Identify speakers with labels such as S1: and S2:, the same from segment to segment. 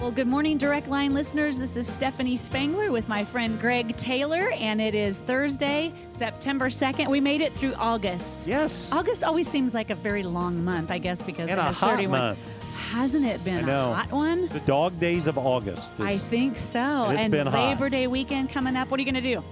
S1: Well, good morning, Direct Line listeners. This is Stephanie Spangler with my friend Greg Taylor, and it is Thursday, September 2nd. We made it through August.
S2: Yes.
S1: August always seems like a very long month, I guess, because
S2: And
S1: it
S2: a
S1: has
S2: hot
S1: 31.
S2: month.
S1: Hasn't it been
S2: I know.
S1: a hot one?
S2: The dog days of August.
S1: I
S2: is-
S1: think so.
S2: it's
S1: and
S2: been hot.
S1: Labor Day weekend coming up. What are you going to do?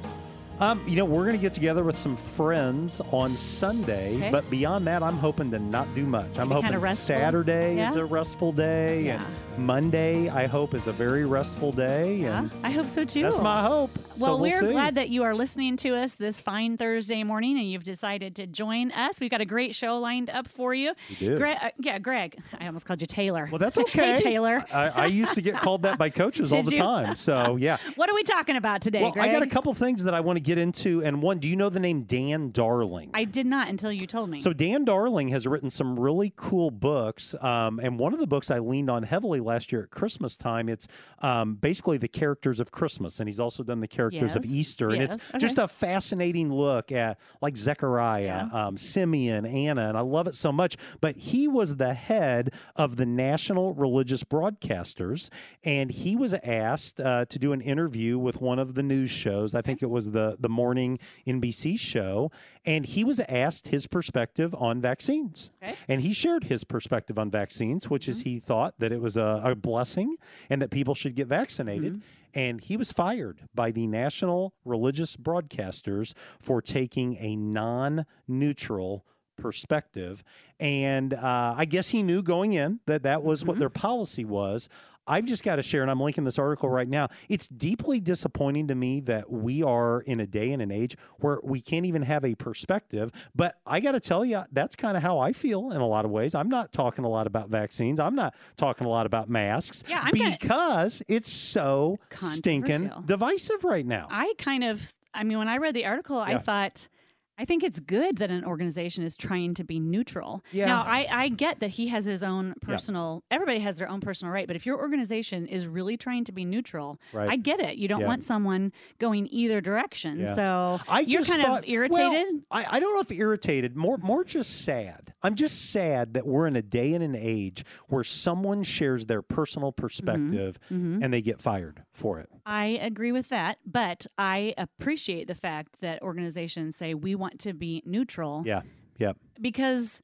S2: um, you know, we're going to get together with some friends on Sunday,
S1: Okay.
S2: but beyond that, I'm hoping to not do much. I'm
S1: Maybe kinda
S2: hoping
S1: restful?
S2: Saturday is
S1: Yeah?
S2: a restful day, and Monday, I hope, is a very restful day.
S1: Yeah,
S2: And
S1: I hope so too.
S2: that's my hope.
S1: Well,
S2: so we'll
S1: are
S2: see.
S1: glad that you are listening to us this fine Thursday morning and you've decided to join us. We've got a great show lined up for you.
S2: We do.
S1: Gre- uh, yeah, Greg. I almost called you Taylor.
S2: well, that's okay.
S1: hey, Taylor.
S2: I, I used to get called that by coaches all
S1: Did
S2: the
S1: you?
S2: time. So, yeah.
S1: What are we talking about today,
S2: Well,
S1: Greg?
S2: I got a couple things that I want to get into. And one, do you know the name Dan Darling?
S1: I did not until you told me.
S2: So Dan Darling has written some really cool books, um, and one of the books I leaned on heavily last year at Christmas time. It's um, basically the characters of Christmas, and he's also done the characters of
S1: Yes,
S2: Easter, and
S1: yes,
S2: it's
S1: okay.
S2: just a fascinating look at like Zechariah, um, Simeon, Anna, and I love it so much. But he was the head of the National Religious Broadcasters, and he was asked uh, to do an interview with one of the news shows. I think it was the the morning NBC show, and he was asked his perspective on vaccines.
S1: Okay. Mm-hmm.
S2: And he shared his perspective on vaccines, which is he thought that it was a, a blessing and that people should get vaccinated.
S1: Mm-hmm.
S2: And he was fired by the National Religious Broadcasters for taking a non neutral perspective. And uh, I guess he knew going in that that was what their policy was. I've just got to share, and I'm linking this article right now. It's deeply disappointing to me that we are in a day and an age where we can't even have a perspective. But I got to tell you, that's kind of how I feel in a lot of ways. I'm not talking a lot about vaccines. I'm not talking a lot about masks
S1: Yeah, I'm gonna-
S2: because it's so stinking
S1: Controversial.
S2: divisive right now.
S1: I kind of, I mean, when I read the article, I
S2: Yeah.
S1: thought, I think it's good that an organization is trying to be neutral.
S2: Yeah.
S1: Now, I, I get that he has his own personal, everybody has their own personal right, but if your organization is really trying to be neutral,
S2: Right.
S1: I get it. You don't
S2: Yeah.
S1: want someone going either direction.
S2: Yeah.
S1: So
S2: I
S1: you're
S2: just
S1: kind
S2: thought-
S1: of
S2: well,
S1: irritated.
S2: I, I don't know if irritated, more more just sad. I'm just sad that we're in a day and an age where someone shares their personal
S1: Mm-hmm.
S2: perspective
S1: Mhm.
S2: and they get fired for it.
S1: I agree with that, but I appreciate the fact that organizations say we want to be neutral
S2: Yeah. Yeah.
S1: because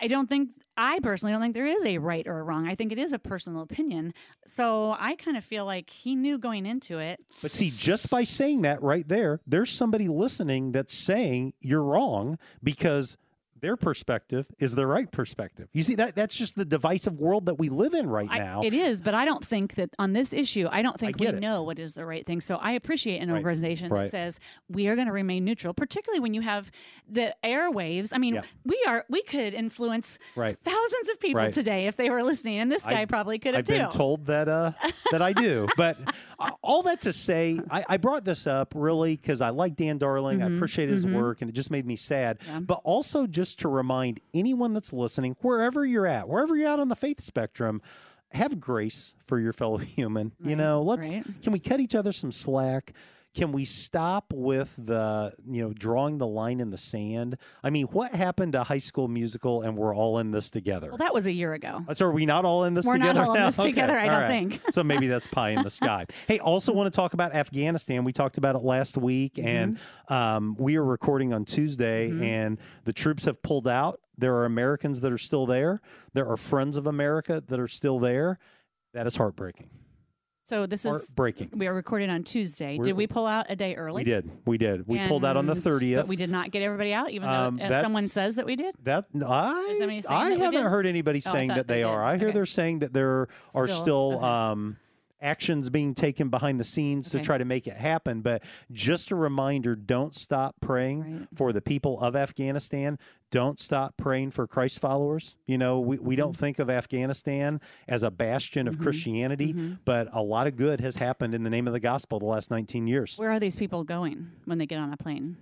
S1: I don't think I personally don't think there is a right or a wrong. I think it is a personal opinion. So I kind of feel like he knew going into it.
S2: But see, just by saying that right there, there's somebody listening that's saying you're wrong because their perspective is the right perspective. You see that that's just the divisive world that we live in right
S1: I-
S2: now.
S1: it is, but I don't think that on this issue, I don't think we
S2: get it.
S1: know what is the right thing. So I appreciate an
S2: Right.
S1: organization
S2: Right.
S1: that says we are going to remain neutral, particularly when you have the airwaves. I mean,
S2: Yeah.
S1: we are we could influence
S2: right.
S1: thousands of people
S2: Right.
S1: today if they were listening, and this
S2: I-
S1: guy probably could have
S2: I've
S1: too.
S2: been told that uh, that I do. But uh, all that to say, I, I brought this up really because I like Dan Darling. I
S1: Mhm,
S2: appreciate his
S1: mhm.
S2: work, and it just made me sad.
S1: Yeah.
S2: But also just to remind anyone that's listening, wherever you're at, wherever you're at on the faith spectrum, have grace for your fellow human. you
S1: Right,
S2: know, let's
S1: right.
S2: can we cut each other some slack? Can we stop with the you know drawing the line in the sand? I mean, what happened to High School Musical and we're all in this together?
S1: Well, that was a year ago.
S2: Uh, So are we not all in this
S1: We're not
S2: together?
S1: all in
S2: now?
S1: this together, I
S2: all
S1: don't think.
S2: so maybe that's pie in the sky. Hey, also want to talk about Afghanistan. We talked about it last week,
S1: Mm-hmm.
S2: and um, we are recording on Tuesday,
S1: Mhm.
S2: and the troops have pulled out. There are Americans that are still there. There are friends of America that are still there. That is heartbreaking.
S1: So this is
S2: Heartbreaking.
S1: we are recording on Tuesday.
S2: We're-
S1: did we pull out a day early?
S2: We did. We did. We pulled out on the
S1: And-
S2: thirtieth.
S1: But we did not get everybody out, even though
S2: Um,
S1: uh, someone
S2: that's-
S1: says that we did.
S2: That I
S1: Is somebody saying
S2: I
S1: that we
S2: haven't
S1: did?
S2: heard anybody
S1: Oh, I
S2: saying
S1: thought
S2: that
S1: they
S2: they,
S1: did.
S2: are. I hear
S1: Okay.
S2: they're saying that there are
S1: Still,
S2: still
S1: okay.
S2: um, actions being taken behind the scenes
S1: Okay.
S2: to try to make it happen. But just a reminder: don't stop praying
S1: Right.
S2: for the people of Afghanistan. Don't stop praying for Christ followers. You know, we, we
S1: Mm-hmm.
S2: don't think of Afghanistan as a bastion of
S1: Mhm.
S2: Christianity,
S1: Mhm.
S2: but a lot of good has happened in the name of the gospel the last 19 years.
S1: Where are these people going when they get on a plane?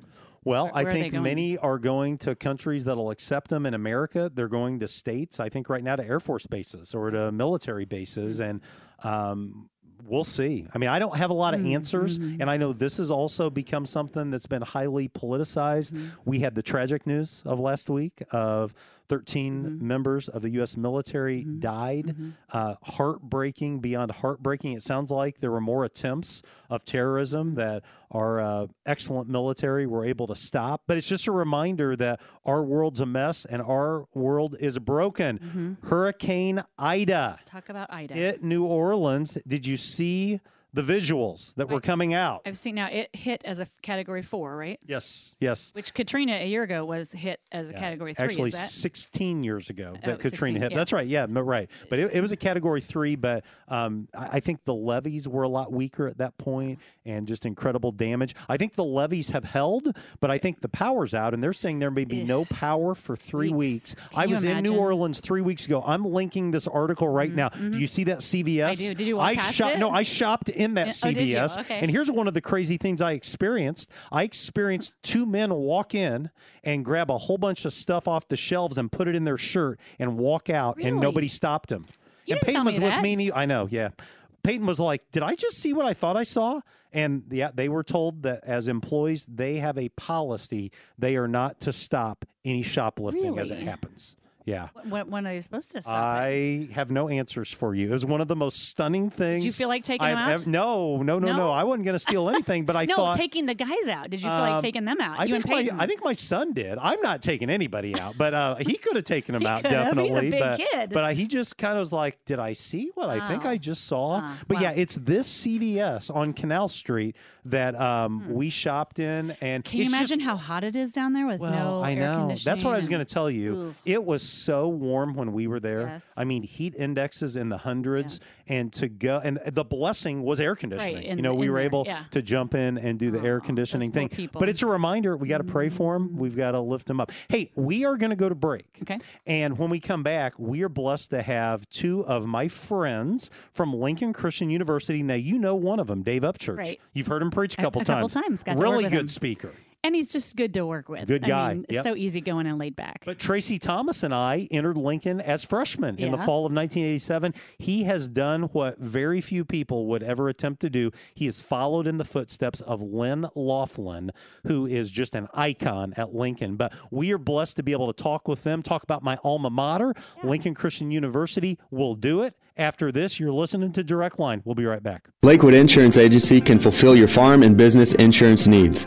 S2: Well,
S1: Where-
S2: I
S1: where are they
S2: think
S1: going?
S2: many are going to countries that'll accept them in America. They're going to states, I think, right now to Air Force bases or to military bases.
S1: Mm-hmm.
S2: And um, we'll see. I mean, I don't have a lot of answers. And I know this has also become something that's been highly politicized. We had the tragic news of last week of 13 members of the U.S. military died. Uh, heartbreaking, beyond heartbreaking. It sounds like there were more attempts of terrorism that our uh, excellent military were able to stop. But it's just a reminder that our world's a mess and our world is broken. Hurricane Ida
S1: Talk about Ida.
S2: hit New Orleans. Did you see the visuals that were
S1: Right.
S2: coming out?
S1: I've seen now it hit as a f- category four, right?
S2: Yes, yes.
S1: Which Katrina a year ago was hit as a category three.
S2: Actually,
S1: is that?
S2: 16 years ago that
S1: Oh,
S2: Katrina
S1: 16,
S2: hit.
S1: yeah. Mm-hmm.
S2: That's right. Yeah, no, right. But it, it was a category three, but um, I, I think the levees were a lot weaker at that point
S1: Uh-huh.
S2: and just incredible damage. I think the levees have held, but I think the power's out, and they're saying there may be no power for three weeks.
S1: Weeks.
S2: I
S1: Can you
S2: was in New
S1: imagine? Mm-hmm.
S2: Orleans three weeks ago. I'm linking this article right now. Do you see that CVS?
S1: do. Did you walk
S2: I
S1: past
S2: shop-
S1: it?
S2: No, I shopped in that
S1: Oh, did you?
S2: CVS.
S1: Okay.
S2: And here's one of the crazy things I experienced. I experienced two men walk in and grab a whole bunch of stuff off the shelves and put it in their shirt and walk out, and
S1: Really?
S2: nobody stopped them.
S1: You
S2: and
S1: didn't
S2: Peyton
S1: tell me
S2: was with
S1: that.
S2: me. and he- I know, yeah. Peyton was like, "Did I just see what I thought I saw?" And yeah, they were told that as employees, they have a policy they are not to stop any shoplifting as it
S1: Really?
S2: happens. Yeah.
S1: when, when are you supposed to stop it?
S2: I have no answers for you. It was one of the most stunning things.
S1: Did you feel like taking them out?
S2: I've ev- no, no, no, no,
S1: No?
S2: I wasn't going to steal anything, but I
S1: no,
S2: thought
S1: taking the guys out. Did you feel
S2: Um,
S1: like taking them out?
S2: I
S1: you and
S2: think
S1: Peyton.
S2: my I think my son did. I'm not taking anybody out, but uh, he could have taken him out
S1: could have. He's a
S2: definitely.
S1: big
S2: but
S1: kid.
S2: but I, he just kind of was like, "Did I see what I think
S1: Wow.
S2: I just saw?"
S1: Huh,
S2: but
S1: Oh, wow.
S2: yeah, it's this CVS on Canal Street that um, we shopped in, and
S1: Hmm. Can you
S2: it's just
S1: imagine how hot it is down there with
S2: well,
S1: no
S2: I
S1: air
S2: know.
S1: conditioning?
S2: That's what I was going
S1: and-
S2: to tell you.
S1: Oof.
S2: It was so warm when we were there.
S1: Yes.
S2: I mean, heat indexes in the hundreds, and to go and the blessing was air conditioning.
S1: Right, in
S2: you know,
S1: the-
S2: we
S1: in
S2: were
S1: there,
S2: able
S1: yeah.
S2: to jump in and do the
S1: Aw,
S2: air
S1: those
S2: conditioning
S1: poor
S2: thing.
S1: people. Mm-hmm.
S2: But it's a reminder we got to pray for them. We've got to lift them up. Hey, we are going to go to break.
S1: Okay.
S2: And when we come back, we are blessed to have two of my friends from Lincoln Christian University. Now you know one of them, Dave Upchurch.
S1: Right.
S2: You've heard him preach a
S1: A-
S2: couple
S1: a couple
S2: times.
S1: times. Got to work
S2: really
S1: with
S2: good
S1: him.
S2: speaker.
S1: And he's just good to work with.
S2: Good guy.
S1: I mean,
S2: Yep.
S1: So easy going and laid back.
S2: But Tracy Thomas and I entered Lincoln as freshmen in the
S1: Yeah.
S2: fall of 1987. He has done what very few people would ever attempt to do. He has followed in the footsteps of Lynn Laughlin, who is just an icon at Lincoln. But we are blessed to be able to talk with them, talk about my alma mater, Lincoln Christian University. We'll do it. After this, you're listening to Direct Line. We'll be right back.
S3: Lakewood Insurance Agency can fulfill your farm and business insurance needs.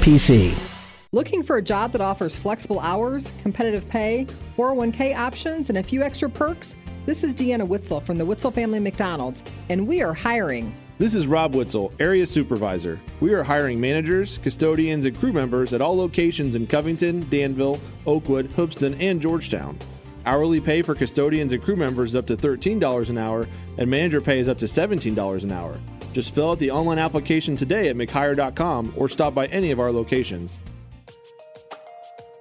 S4: Looking for a job that offers flexible hours, competitive pay, 401k options, and a few extra perks? This is Deanna Witzel from the Witzel Family McDonald's, and we are hiring.
S5: This is Rob Witzel, Area Supervisor. We are hiring managers, custodians, and crew members at all locations in Covington, Danville, Oakwood, Hoopston, and Georgetown. Hourly pay for custodians and crew members is up to $13 an hour, and manager pay is up to $17 an hour. Just fill out the online application today at McHire.com or stop by any of our locations.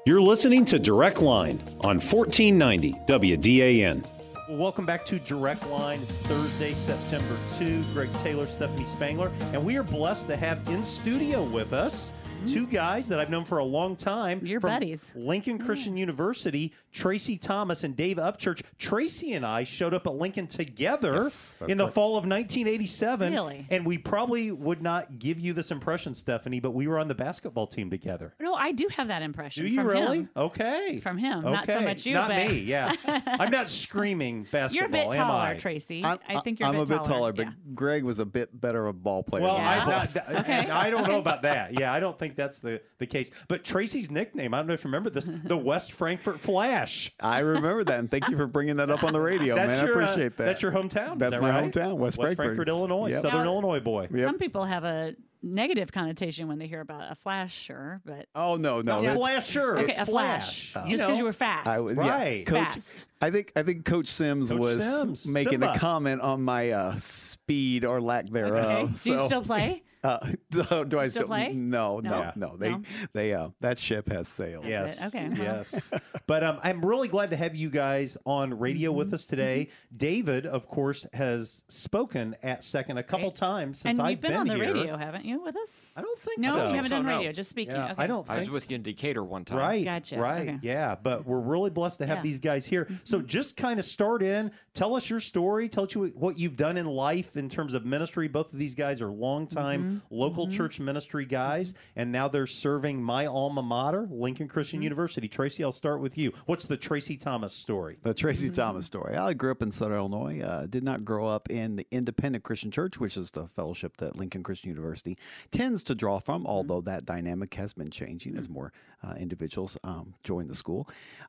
S6: You're listening to Direct Line on 1490 WDAN.
S2: Well, welcome back to Direct Line. It's Thursday, September 2. Greg Taylor, Stephanie Spangler, and we are blessed to have in studio with us two guys that I've known for a long time.
S1: Your
S2: from
S1: buddies. Hmm.
S2: Lincoln Christian University, Tracy Thomas and Dave Upchurch. Tracy and I showed up at Lincoln together in the fall of 1987.
S1: Really?
S2: And we probably would not give you this impression, Stephanie, but we were on the basketball team together.
S1: No, I do have that impression.
S2: Do you
S1: from
S2: really?
S1: him.
S2: Okay.
S1: From him. Not so
S2: Okay.
S1: much you,
S2: Not
S1: but-
S2: me. Yeah. I'm not screaming basketball.
S1: You're a bit
S2: am
S1: taller,
S2: I?
S1: Tracy.
S7: I'm,
S1: I think you're
S7: I'm
S1: a
S7: a
S1: bit taller,
S7: but
S1: yeah.
S7: Greg was a bit better of a ball player.
S2: Well,
S7: than
S1: Yeah.
S2: I,
S7: I,
S2: not, th-
S1: Okay.
S2: I don't know about that. Yeah, I don't think that's the, the case. But Tracy's nickname, I don't know if you remember this, the West Frankfurt Flash.
S7: I remember that, and thank you for bringing that up on the radio,
S2: That's
S7: man.
S2: your,
S7: I
S2: uh,
S7: appreciate that.
S2: That's your hometown. is
S7: That's
S2: that
S7: my
S2: right?
S7: hometown, West
S2: Frankfurt,
S7: Frankfurt.
S2: Illinois,
S7: Yep.
S2: Southern
S1: Now-
S2: Illinois boy.
S7: Yep.
S1: Some people have a negative connotation when they hear about a flasher, but
S7: Oh no, no,
S2: A
S7: that's-
S2: flasher.
S1: okay, a flash.
S2: You
S1: Just because
S2: know,
S1: you were fast.
S7: I was
S2: Right.
S7: Yeah, Coach,
S1: Fast.
S7: I think I think Coach Sims
S2: Coach
S7: was
S2: Sims,
S7: making
S2: Simba.
S7: a comment on my uh, speed or lack
S2: Oh,
S7: thereof.
S1: okay. Do you
S7: so,
S1: still play?
S7: uh, do, I still,
S1: play?
S7: No, no,
S1: No.
S7: no. They
S1: No.
S7: they uh, that ship has sailed.
S1: Yeah. That's it.
S2: Yes.
S1: Okay, Uh-huh. well.
S2: Yes. but um, I'm really glad to have you guys on radio
S1: Mm-hmm.
S2: with us today. David, of course, has spoken at Second a couple
S1: Great.
S2: times since
S1: and
S2: I've
S1: you've been, on the
S2: here.
S1: radio, haven't you, with us?
S2: I don't think
S1: No,
S2: so.
S1: you haven't
S8: So,
S1: done
S8: no.
S1: radio. Just speaking.
S2: Yeah,
S1: okay.
S2: I don't.
S8: I was
S2: think
S8: with you in Decatur one time.
S2: Right.
S1: Gotcha,
S2: Right.
S1: okay.
S2: Yeah. But we're really blessed to
S1: Yeah.
S2: have
S1: Mm-hmm.
S2: these guys here. So just kind of start in. Tell us your story. Tell us you- what you've done in life in terms of ministry. Both of these guys are longtime
S1: Mm-hmm.
S2: local church ministry guys, and now they're serving my alma mater, Lincoln Christian
S1: Mm-hmm.
S2: University. Tracy, I'll start with you. What's the Tracy Thomas story?
S7: The Tracy Thomas story. I grew up in Southern Illinois. Uh, did not grow up in the Independent Christian Church, which is the fellowship that Lincoln Christian University tends to draw from, although that dynamic has been changing as more uh, individuals um, join the school.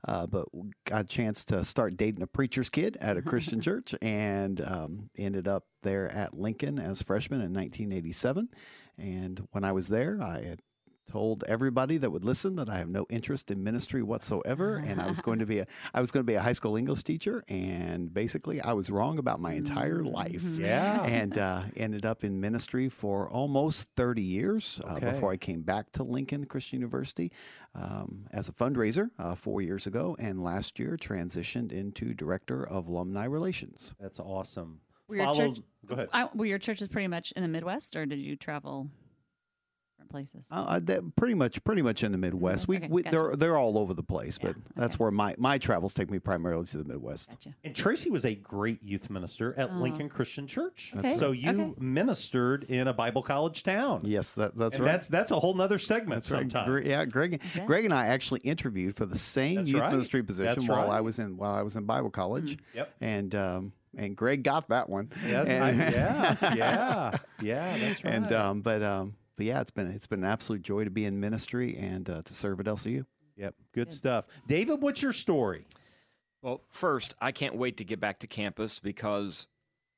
S7: Uh, but w- got a chance to start dating a preacher's kid at a Christian church and um, ended up there at Lincoln as freshman in 1987. And when I was there, I had told everybody that would listen that I have no interest in ministry whatsoever and I was going to be a I was going to be a high school English teacher and basically I was wrong about my entire life.
S2: Yeah.
S7: And uh, ended up in ministry for almost 30 years uh,
S2: Okay.
S7: before I came back to Lincoln Christian University um, as a fundraiser uh, four years ago, and last year transitioned into director of alumni relations.
S2: That's awesome.
S1: Were your
S2: Followed-
S1: church-
S2: Go ahead.
S1: I, were your churches pretty much in the Midwest, or did you travel different places?
S7: Uh, uh, that pretty much, pretty much in the Midwest. We,
S1: Mm-hmm. Okay,
S7: we
S1: gotcha.
S7: they're they're all over the place,
S1: Yeah,
S7: but that's
S1: okay.
S7: where my my travels take me primarily to the Midwest.
S1: Gotcha.
S2: And Tracy was a great youth minister at
S1: Oh.
S2: Lincoln Christian Church.
S7: That's Okay. right.
S2: So you
S1: Okay.
S2: ministered in a Bible college town.
S7: Yes, that that's
S2: and
S7: right.
S2: that's that's a whole nother segment
S7: right.
S2: sometime.
S7: Gre- yeah, Greg.
S1: Okay.
S7: Greg and I actually interviewed for the same
S2: That's
S7: youth
S2: right.
S7: ministry position
S2: That's
S7: while
S2: right. Mm.
S7: I was in while I was in Bible college.
S2: Yep.
S7: And um, and Greg got that one.
S2: Yeah,
S7: And-
S2: I- yeah, yeah, yeah, that's right.
S7: And um, but um, but yeah, it's been it's been an absolute joy to be in ministry and uh, to serve at LCU.
S2: yep, good stuff. David, what's your story?
S8: Well, first, I can't wait to get back to campus because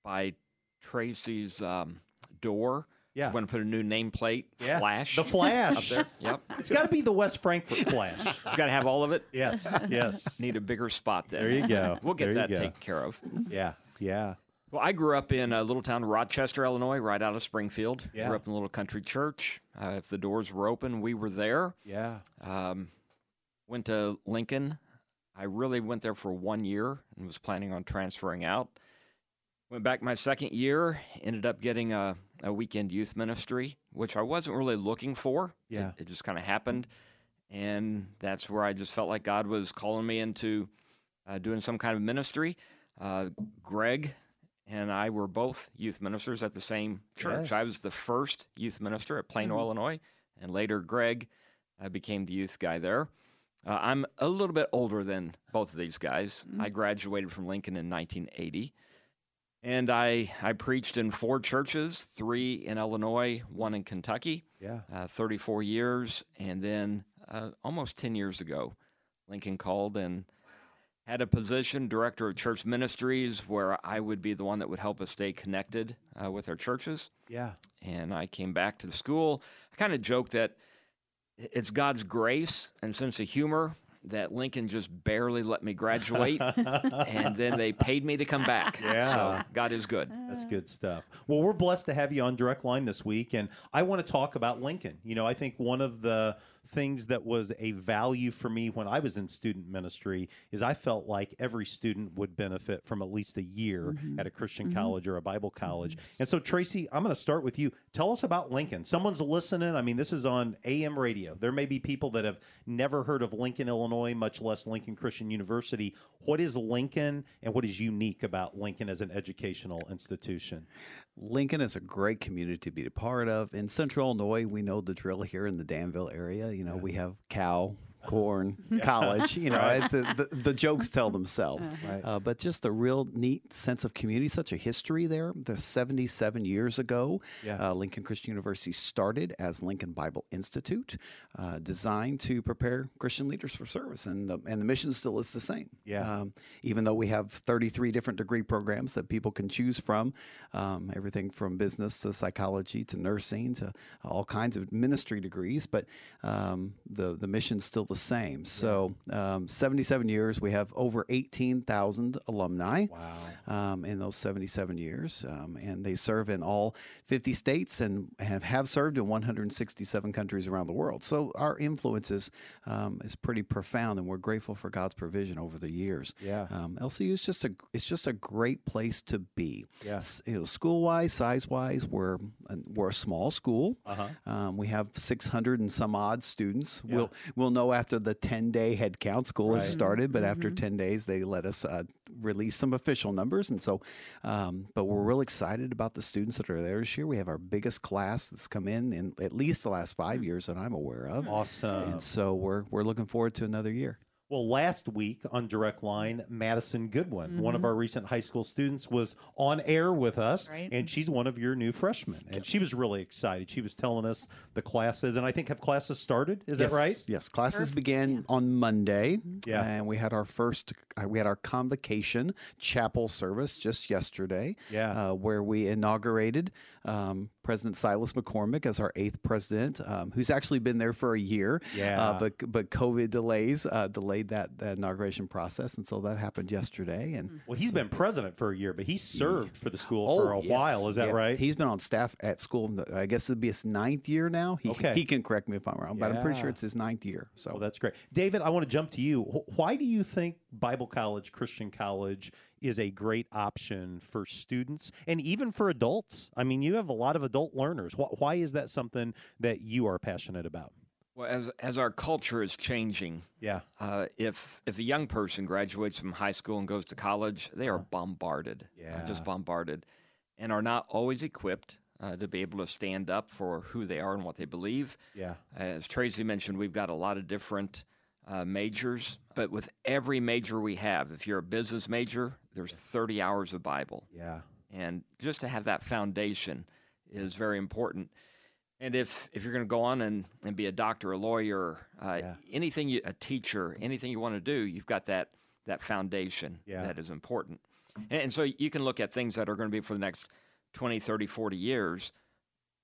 S8: by Tracy's um, door,
S2: Yeah.
S8: I'm going to put a new nameplate,
S2: Yeah,
S8: Flash.
S2: the Flash.
S8: Up there. Yep.
S2: It's got to be the West Frankfurt Flash.
S8: It's got to have all of it.
S2: yes, yes.
S8: Need a bigger spot there.
S2: There you go.
S8: We'll get
S2: There you
S8: that
S2: go.
S8: taken care of.
S2: Yeah, yeah.
S8: Well, I grew up in a little town, Rochester, Illinois, right out of Springfield.
S2: Yeah.
S8: Grew up in a little country church. Uh, if the doors were open, we were there.
S2: Yeah.
S8: Um, went to Lincoln. I really went there for one year and was planning on transferring out. Went back my second year, ended up getting a, a weekend youth ministry, which I wasn't really looking for. It-
S2: Yeah.
S8: It, just kind of happened. And that's where I just felt like God was calling me into uh, doing some kind of ministry. Uh, Greg and I were both youth ministers at the same church. I
S2: Yes.
S8: was the first youth minister at Plano, Illinois, and later Greg I became the youth guy there. Uh, I'm a little bit older than both of these guys. I graduated from Lincoln in 1980, and I I preached in four churches, three in Illinois, one in Kentucky.
S2: Yeah.
S8: Uh, 34 years, and then uh, almost 10 years ago, Lincoln called and had a position, director of church ministries, where I would be the one that would help us stay connected uh, with our churches
S2: Yeah.
S8: and I came back to the school. I kind of joked that i- it's God's grace and sense of humor that Lincoln just barely let me graduate, and then they paid me to come back.
S2: Yeah.
S8: So God is good.
S2: That's good stuff. Well, we're blessed to have you on Direct Line this week, and I want to talk about Lincoln. You know, I think one of the things that was a value for me when I was in student ministry is I felt like every student would benefit from at least a year at a Christian college or a Bible college. And so, Tracy, I'm going to start with you. Tell us about Lincoln. Someone's listening. I mean, this is on AM radio. There may be people that have never heard of Lincoln, Illinois, much less Lincoln Christian University. What is Lincoln and what is unique about Lincoln as an educational institution?
S7: Lincoln is a great community to be a part of. In central Illinois, we know the drill here in the Danville area. You know, we have cow, corn, college. You know, the, the, the jokes tell themselves. Uh, but just a real neat sense of community, such a history there. The 77 years ago, uh, Lincoln Christian University started as Lincoln Bible Institute, uh, designed to prepare Christian leaders for service. And the, and the mission still is the same.
S2: Yeah.
S7: Um, even though we have 33 different degree programs that people can choose from, um, everything from business to psychology to nursing to all kinds of ministry degrees, but um, the the mission's still the same. So, um, 77 years, we have over 18,000 alumni. Um, in those 77 years, um, and they serve in all 50 states and have, have served in 167 countries around the world. So our influence is, um, is pretty profound, and we're grateful for God's provision over the years.
S2: Yeah.
S7: Um, LCU is just a it's just a great place to be.
S2: Yeah.
S7: S- you know, school wise, size wise, we're an- we're a small school.
S2: Uh-huh.
S7: Um, we have 600 and some odd students. We'll we'll know after the 10 day head count. School has started, but after 10 days, they let us uh, release some official numbers. And so, um, but we're real excited about the students that are there this year. We have our biggest class that's come in in at least the last five years that I'm aware of.
S2: Awesome.
S7: And so we're we're looking forward to another year.
S2: Well, last week on Direct Line, Madison Goodwin, one
S7: Mm-hmm.
S2: of our recent high school students, was on air with us,
S1: Right.
S2: and she's one of your new freshmen. And she was really excited. She was telling us the classes, and I think have classes started? Is that right?
S7: Yes, classes began on Monday.
S2: Yeah.
S7: and we had our first, uh, we had our convocation chapel service just yesterday.
S2: Yeah.
S7: uh, where we inaugurated um, President Silas McCormick as our eighth president, um, who's actually been there for a year.
S2: Yeah.
S7: uh, but but COVID delays uh, delayed that, that inauguration process, and so that happened yesterday. And
S2: Well, he's been president for a year, but he served for the school Mm-hmm. for a
S7: Oh, yes.
S2: while. Is that
S7: Yeah.
S2: right?
S7: He's been on staff at school. I guess it'd be his ninth year now. He,
S2: Okay.
S7: he can correct me if I'm wrong, but I'm pretty
S2: Yeah.
S7: sure it's his ninth year. So
S2: well, that's great. David, I want to jump to you. Wh- Why do you think Bible college, Christian college is a great option for students and even for adults? I mean, you have a lot of adult learners. Wh- Why is that something that you are passionate about?
S8: Well, as as our culture is changing,
S2: Yeah.
S8: uh, if if a young person graduates from high school and goes to college, they are bombarded, uh,
S2: Uh-huh. Yeah.
S8: just bombarded, and are not always equipped uh, to be able to stand up for who they are and what they believe.
S2: Yeah.
S8: As Tracy mentioned, we've got a lot of different uh, majors, but with every major we have, if you're a business major, there's 30 hours of Bible.
S2: Yeah.
S8: and just to have that foundation is very important and if if you're going to go on and, and be a doctor a lawyer uh, anything you, a teacher anything you want to do you've got that that foundation
S2: Yeah.
S8: that is important and, and so you can look at things that are going to be for the next 20 30 40 years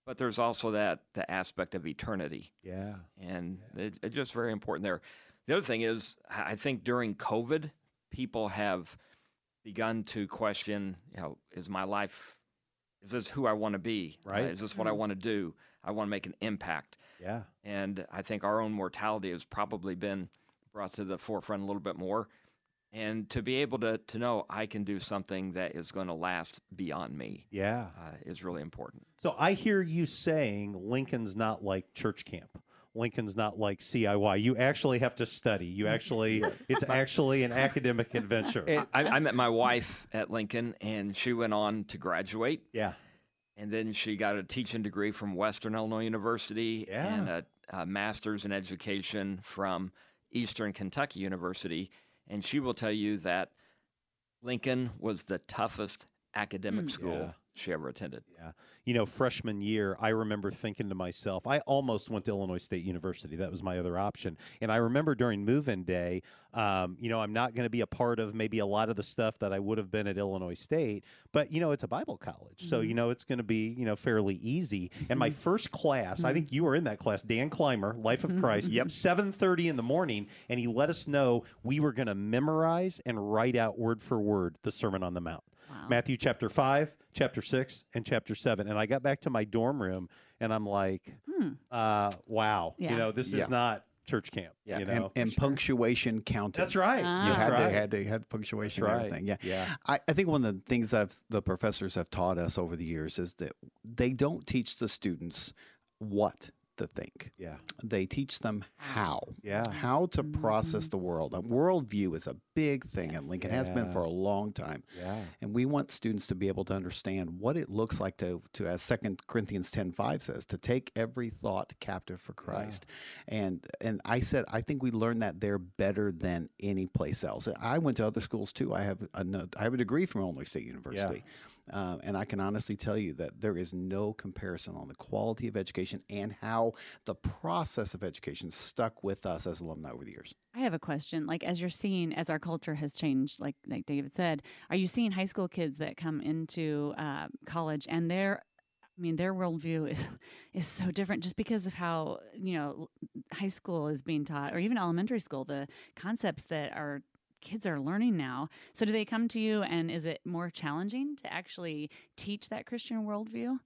S8: but there's also that the aspect of eternity
S2: Yeah.
S8: and it, it's just very important there. The other thing is, I I think during COVID, people have begun to question, you know, is my life, is this who I want to be? Uh,
S2: Right.
S8: is this what I want to do? I want to make an impact.
S2: Yeah.
S8: And I think our own mortality has probably been brought to the forefront a little bit more. And to be able to, to know I can do something that is going to last beyond me
S2: Yeah.
S8: uh, is really important.
S2: So I hear you saying Lincoln's not like church camp. Lincoln's not like CIY. You actually have to study. You actually, it's actually an academic adventure.
S8: I, I met my wife at Lincoln, and she went on to graduate.
S2: yeah.
S8: and then she got a teaching degree from Western Illinois University and a, a master's in education from Eastern Kentucky University. And she will tell you that Lincoln was the toughest academic school
S2: Yeah.
S8: she ever attended.
S2: Yeah. You know, freshman year, I remember thinking to myself, I almost went to Illinois State University. That was my other option. And I remember during move in day, um, you know, I'm not going to be a part of maybe a lot of the stuff that I would have been at Illinois State, but, you know, it's a Bible college. So, you know, it's going to be, you know, fairly easy. And my first class, I think you were in that class, Dan Clymer, Life of Christ, yep. 7.30 in the morning. And he let us know we were going to memorize and write out word for word the Sermon on the Mount. Matthew chapter 5, chapter 6, and chapter 7. And I got back to my dorm room and I'm like, uh, wow,
S1: Yeah.
S2: you know, this
S7: Yeah.
S2: is not church camp, you
S7: and,
S2: know.
S7: and punctuation counted.
S2: that's right.
S7: You
S2: That's
S7: had,
S2: right.
S7: they had they had punctuation
S2: That's
S7: and
S2: right.
S7: everything. Yeah.
S2: Yeah.
S7: I, I think one of the things I've the professors have taught us over the years is that they don't teach the students what to think.
S2: Yeah.
S7: They teach them how.
S2: Yeah.
S7: How to process
S2: Mm-hmm.
S7: the world. A worldview is a big thing at Lincoln. Has been
S2: Yeah.
S7: for a long time.
S2: Yeah.
S7: And we want students to be able to understand what it looks like to, to as Second Corinthians ten five says, to take every thought captive for Christ. And and I said I think we learned that there better than any place else. I went to other schools too. I have a no- I have a degree from Illinois State University. Uh, and I can honestly tell you that there is no comparison on the quality of education and how the process of education stuck with us as alumni over the years.
S9: I have a question. Like, as you're seeing, as our culture has changed, like like David said, are you seeing high school kids that come into uh, college and their, I mean, their worldview is is so different just because of how you know l- high school is being taught, or even elementary school, the concepts that our kids are learning now. So, do they come to you, and is it more challenging to actually teach that Christian worldview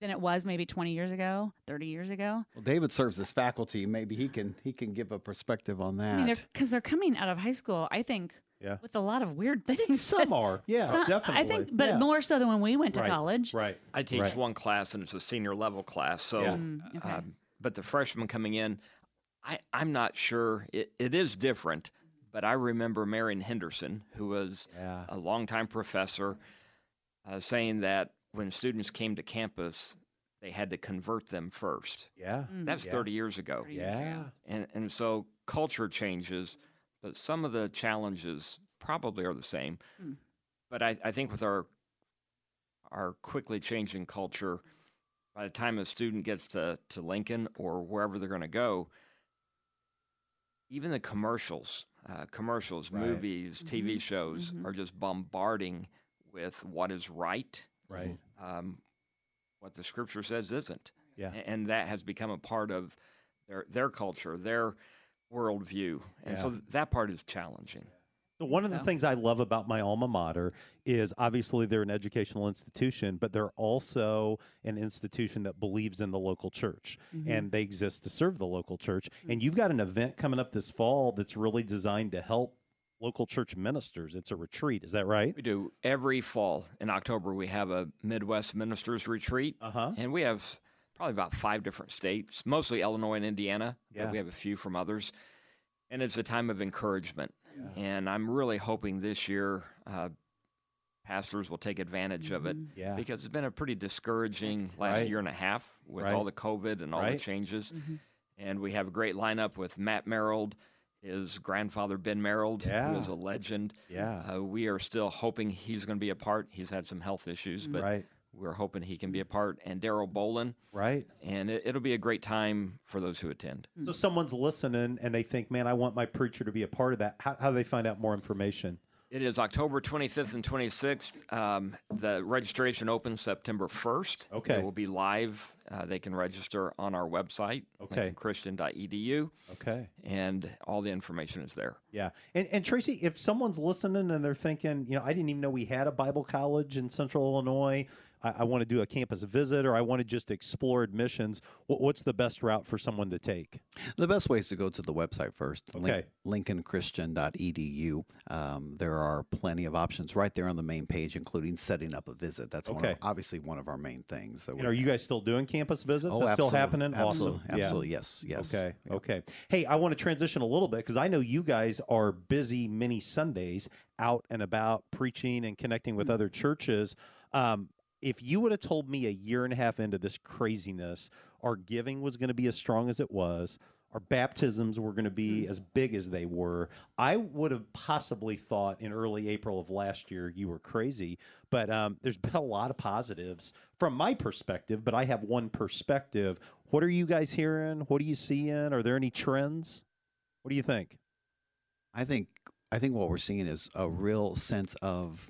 S9: than it was maybe 20 years ago, 30 years ago?
S7: Well, David serves as faculty. Maybe he can he can give a perspective on that.
S9: I mean, they're because they're coming out of high school. I think
S2: Yeah.
S9: with a lot of weird things.
S2: Some are. Yeah,
S9: Some-
S2: definitely.
S9: I think, but
S2: Yeah.
S9: more so than when we went to
S2: Right,
S9: college.
S2: Right.
S8: I teach
S2: Right.
S8: one class and it's a senior level class. So,
S2: Yeah.
S9: Mm, okay.
S8: um, but the freshmen coming in, I, I'm not sure. It, it is different, but I remember Marion Henderson, who was
S2: Yeah.
S8: a longtime professor, uh, saying that when students came to campus, they had to convert them first.
S2: Yeah.
S9: Mm.
S8: That's
S2: Yeah.
S8: 30 years ago.
S2: Yeah.
S8: And, and so culture changes, but some of the challenges probably are the same.
S9: Hmm.
S8: But I, I think with our our quickly changing culture, by the time a student gets to, to Lincoln or wherever they're going to go, even the commercials, uh, commercials,
S2: Right.
S8: movies, TV shows are just bombarding with what is right,
S2: Right.
S8: um, what the scripture says isn't.
S2: Yeah.
S8: A- And, that has become a part of their their culture, their worldview, and so th- that part is challenging.
S2: So One of the
S9: So-
S2: things I love about my alma mater is obviously they're an educational institution, but they're also an institution that believes in the local church and they exist to serve the local church. And you've got an event coming up this fall that's really designed to help local church ministers. It's a retreat, is that right?
S8: We do every fall in October. We have a Midwest Ministers Retreat,
S2: Uh-huh.
S8: and we have probably about five different states, mostly Illinois and Indiana.
S2: Yeah.
S8: But we have a few from others, and it's a time of encouragement. And I'm really hoping this year uh, pastors will take advantage of it
S2: Mm-hmm. Yeah.
S8: because it's been a pretty discouraging last
S2: Right.
S8: year and a half with
S2: Right.
S8: all the COVID and all the
S2: Right.
S8: changes. And we have a great lineup with Matt Merrold, his grandfather Ben Merrold, who is
S2: Yeah.
S8: a legend.
S2: Yeah.
S8: Uh, we are still hoping he's going to be a part. He's had some health issues, but
S2: Right.
S8: we're hoping he can be a part. And Daryl Bolin,
S2: Right.
S8: and it, it'll be a great time for those who attend.
S2: So someone's listening and they think, man, I want my preacher to be a part of that. How, how do they find out more information?
S8: It is October 25th and 26th. Um, the registration opens September 1st.
S2: Okay.
S8: It will be live. Uh, they can register on our website,
S2: Okay.
S8: christian.edu,
S2: Okay.
S8: E and all the information is there.
S2: Yeah. And, and Tracy, if someone's listening and they're thinking, you know, I didn't even know we had a Bible college in central Illinois, I, I want to do a campus visit or I want to just explore admissions, what, what's the best route for someone to take?
S7: The best way is to go to the website first,
S2: Okay.
S7: link, lincolnchristian.edu. Um, there are plenty of options right there on the main page, including setting up a visit. That's one
S2: Okay.
S7: of, obviously one of our main things. So
S2: And are you guys still doing campus visits? That's still happening?
S7: Oh, Absolutely,
S2: Awesome. Yeah.
S7: absolutely, yes, yes.
S2: Okay. Okay. Hey, I want to transition a little bit because I know you guys are busy many Sundays out and about preaching and connecting
S7: Hmm.
S2: with other churches. Um, if you would have told me a year and a half into this craziness, our giving was going to be as strong as it was, our baptisms were going to be as big as they were, I would have possibly thought in early April of last year you were crazy. But um, there's been a lot of positives from my perspective, but I have one perspective. What are you guys hearing? What are you seeing? Are there any trends? What do you think?
S7: I think I think what we're seeing is a real sense of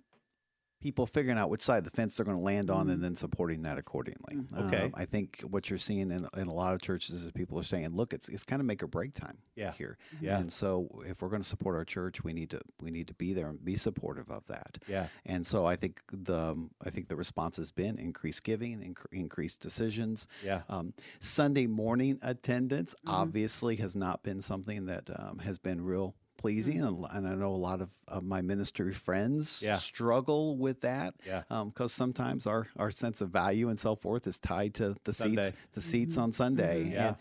S7: people figuring out which side of the fence they're going to land on and then supporting that accordingly.
S2: Mm-hmm. Mm, Okay.
S7: Um, I think what you're seeing in, in a lot of churches is people are saying, look, it's, it's kind of make or break time
S2: Yeah.
S7: here.
S2: Yeah.
S7: And so if we're going to support our church, we need to, we need to be there and be supportive of that.
S2: Yeah.
S7: And so I think the, I think the response has been increased giving, inc- increased decisions.
S2: Yeah.
S7: Um, Sunday morning attendance
S2: Mm-hmm.
S7: obviously has not been something that um, has been real pleasing, and, and I know a lot of, of my ministry friends
S2: Mm-hmm. Yeah.
S7: struggle with that.
S2: Yeah.
S7: Because sometimes our our sense of value and self worth is tied to the
S2: Sunday. Mm-hmm.
S7: seats the seats on Sunday.
S2: Yeah.
S7: And,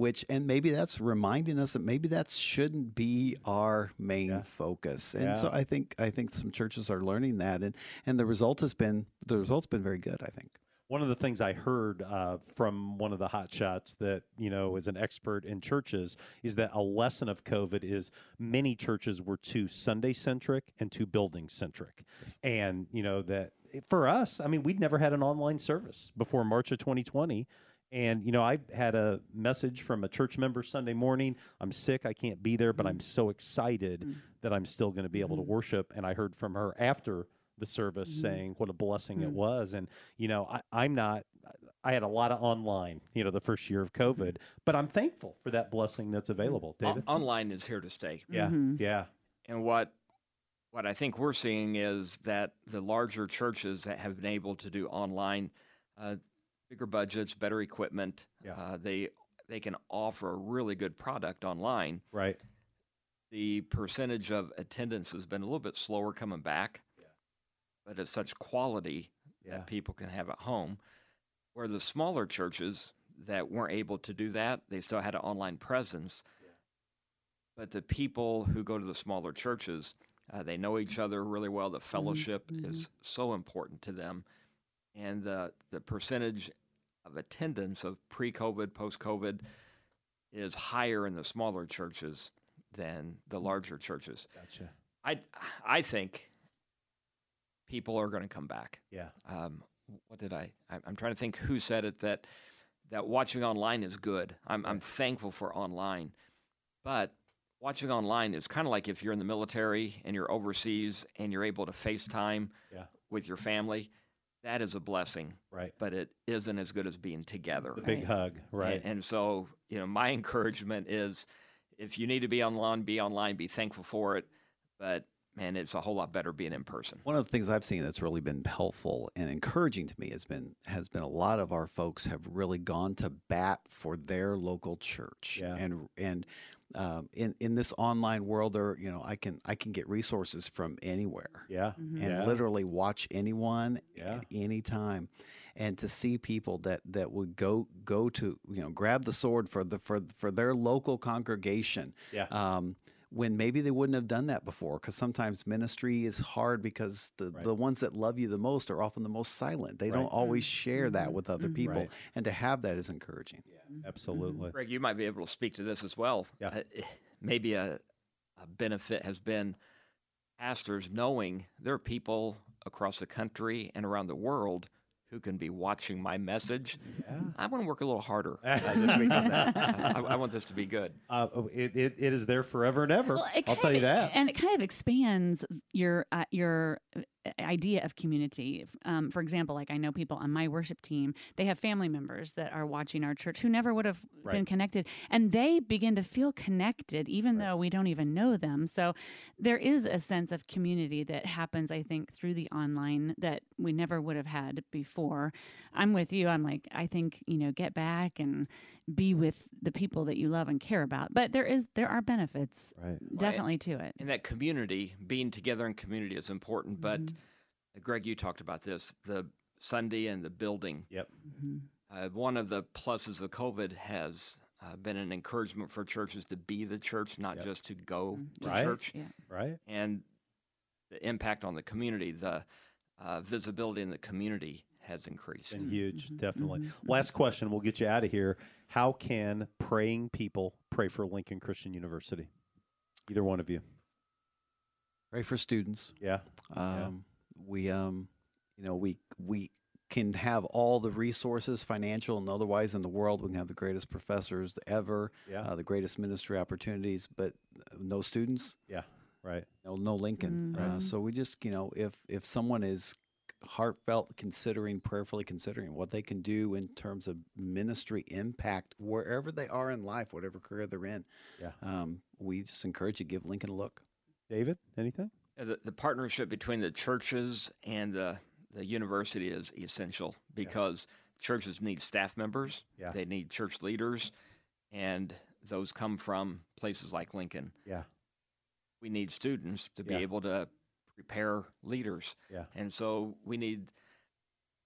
S7: which and maybe that's reminding us that maybe that shouldn't be our main focus. And so
S2: Yeah.
S7: I think I think some churches are learning that and and the result has been the result's been very good, I think.
S2: One of the things I heard uh, from one of the hotshots that you know is an expert in churches is that a lesson of COVID is many churches were too Sunday centric and too building centric, and you know that for us, I mean, we'd never had an online service before March of 2020. And you know, I had a message from a church member Sunday morning. I'm sick, I can't be there, but I'm so excited that I'm still going to be able to worship. And I heard from her after the service
S6: Mhm.
S2: saying what a blessing it
S6: Mm.
S2: was. And you know, I, I'm not. I had a lot of online, you know, the first year of
S9: Mm-hmm.
S2: COVID, but I'm thankful for that blessing that's
S9: Mm.
S2: available.
S8: O-
S2: David.
S8: Mm-hmm. online is here to stay.
S2: Yeah, Mhm. yeah.
S8: And what what I think we're seeing is that the larger churches that have been able to do online, uh, bigger budgets, better equipment, uh, they they can offer a really good product online.
S2: Right.
S8: The percentage of attendance has been a little bit slower coming back, but it's such quality
S2: Yeah.
S8: that people can have at home. Where the smaller churches that weren't able to do that, they still had an online presence. But the people who go to the smaller churches, uh, they know each other really well.
S2: Mm-hmm.
S8: The fellowship is so important to them. And the, the percentage of attendance of pre COVID, post COVID is higher in the smaller churches than the larger churches.
S2: Mm. Gotcha.
S8: I, I think people are going to come back.
S2: Yeah.
S8: Um, what did I, I? I'm trying to think who said it that that watching online is good. I'm I'm thankful for online, but watching online is kind of like if you're in the military and you're overseas and you're able to FaceTime
S2: Yeah.
S8: with your family. That is a blessing,
S2: right?
S8: But it isn't as good as being together.
S2: The big Right. hug,
S8: And-
S2: right.
S8: And, so, you know, my encouragement is, if you need to be online, be online. Be thankful for it. But man, it's a whole lot better being in person.
S7: One of the things I've seen that's really been helpful and encouraging to me has been has been a lot of our folks have really gone to bat for their local church, and and um, in in this online world, there you know I can I can get resources from anywhere,
S2: yeah,
S7: and
S2: Yeah.
S7: literally watch anyone
S2: Yeah.
S7: at any time, and to see people that that would go go to you know grab the sword for the for for their local congregation,
S2: Yeah.
S7: um, when maybe they wouldn't have done that before. Because sometimes ministry is hard because the, the ones that love you the most are often the most silent. They don't
S2: Right.
S7: always share that with other
S2: Mhm.
S7: people.
S2: Right.
S7: And to have that is encouraging.
S2: Mm-hmm. Absolutely.
S8: Greg, you might be able to speak to this as well. Yeah. maybe a, a benefit has been pastors knowing there are people across the country and around the world who can be watching my message. I want to work a little harder uh, this week on that. I, I want this to be good.
S2: Uh, oh, it, it, it is there forever and ever.
S9: Well, it
S2: I'll
S9: kind
S2: tell
S9: of-
S2: you that.
S9: and it kind of expands your uh, your uh, idea of community. Um, for example, like I know people on my worship team, they have family members that are watching our church who never would have been
S1: Right.
S9: connected, and they begin to feel connected, even though we don't even know them. So there is a sense of community that happens, I think, through the online that we never would have had before. I'm with you. I'm like, I think you know, get back and be with the people that you love and care about. But there is there are benefits
S7: right.
S9: definitely to it.
S8: And that community, being together in community is important. But
S9: Mm-hmm.
S8: uh, Greg, you talked about this the Sunday and the building.
S2: Yep.
S9: Mm-hmm.
S8: Uh, one of the pluses of COVID has uh, been an encouragement for churches to be the church, not
S2: Yep.
S8: just to go
S9: Mm-hmm.
S8: to
S2: Right.
S8: church.
S2: Yeah. Right.
S8: And the impact on the community, the uh, visibility in the community has increased.
S2: Been huge,
S9: Mm-hmm.
S2: definitely. Last question, we'll get you out of here. How can praying people pray for Lincoln Christian University? Either one of you.
S7: Pray for students.
S2: Yeah.
S7: Um, We, um, you know, we we can have all the resources, financial and otherwise, in the world. We can have the greatest professors ever,
S2: Yeah.
S7: uh, the greatest ministry opportunities, but uh, no students.
S2: Yeah. Right.
S7: No, no Lincoln. Uh,
S2: Mhm.
S7: so we just, you know, if if someone is heartfelt considering, prayerfully considering what they can do in terms of ministry impact wherever they are in life, whatever career they're in,
S2: Yeah.
S7: um, we just encourage you give Lincoln a look.
S2: David, anything?
S8: Yeah, uh, The, the partnership between the churches and the, the university is essential because churches need staff members,
S2: Yeah.
S8: they need church leaders, and those come from places like Lincoln.
S2: Yeah.
S8: We need students to be
S2: Yeah.
S8: able to prepare leaders.
S2: Yeah.
S8: And so we need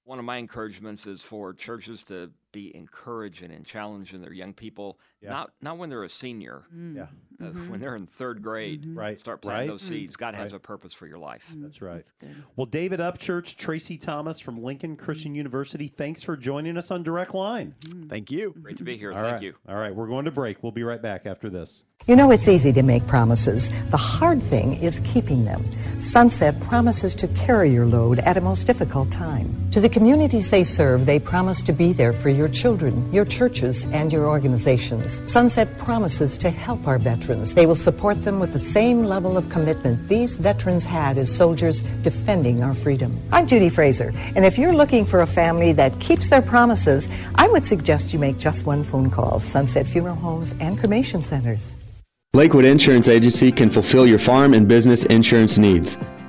S8: one of my encouragements is for churches to be encouraging and challenging their young people,
S2: Yeah.
S8: not not when they're a senior,
S2: Yeah.
S8: uh, when they're in third grade,
S2: Mm-hmm. Right,
S8: Start planting
S2: right.
S8: those seeds. God has
S2: Right.
S8: a purpose for your life.
S2: That's right. Well, David Upchurch, Tracy Thomas from Lincoln Christian
S9: Mm-hmm.
S2: University, thanks for joining us on Direct Line.
S7: Thank you.
S9: Mm-hmm.
S8: Great to be here.
S2: All
S8: Thank
S2: right.
S8: you.
S2: All right, we're going to break. We'll be right back after this.
S10: You know it's easy to make promises. The hard thing is keeping them. Sunset promises to carry your load at a most difficult time. To the communities they serve, they promise to be there for your children, your churches, and your organizations. Sunset promises to help our veterans. They will support them with the same level of commitment these veterans had as soldiers defending our freedom.
S11: I'm Judy Fraser, and if you're looking for a family that keeps their promises, I would suggest you make just one phone call Sunset Funeral Homes and Cremation Centers.
S3: Lakewood Insurance Agency can fulfill your farm and business insurance needs.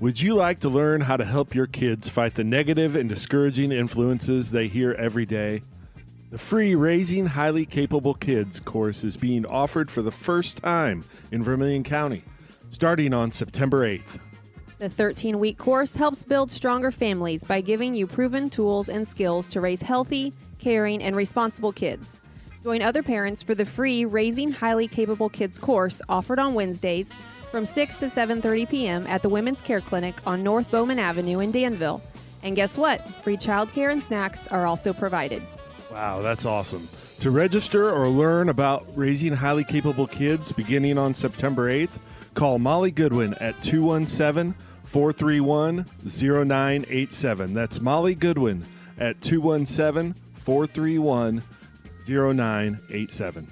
S5: would you like to learn how to help your kids fight the negative and discouraging influences they hear every day? The free Raising Highly Capable Kids course is being offered for the first time in Vermillion County, starting on September 8th.
S12: The 13 week course helps build stronger families by giving you proven tools and skills to raise healthy, caring, and responsible kids. Join other parents for the free Raising Highly Capable Kids course offered on Wednesdays from 6 to 7:30 p.m. at the Women's Care Clinic on North Bowman Avenue in Danville. And guess what? Free childcare and snacks are also provided.
S5: Wow, that's awesome. To register or learn about raising highly capable kids beginning on September 8th, call Molly Goodwin at 217 431 0987. That's Molly Goodwin at 217 431 0987.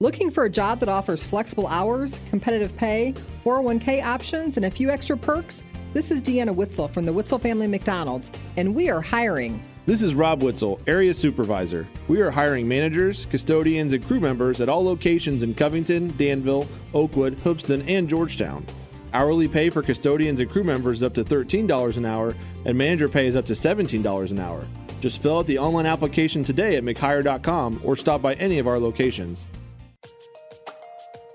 S4: Looking for a job that offers flexible hours, competitive pay, 401k options, and a few extra perks? This is Deanna Witzel from the Witzel Family McDonald's, and we are hiring.
S5: This is Rob Witzel, Area Supervisor. We are hiring managers, custodians, and crew members at all locations in Covington, Danville, Oakwood, Hoopston, and Georgetown. Hourly pay for custodians and crew members is up to $13 an hour, and manager pay is up to $17 an hour. Just fill out the online application today at mchire.com or stop by any of our locations.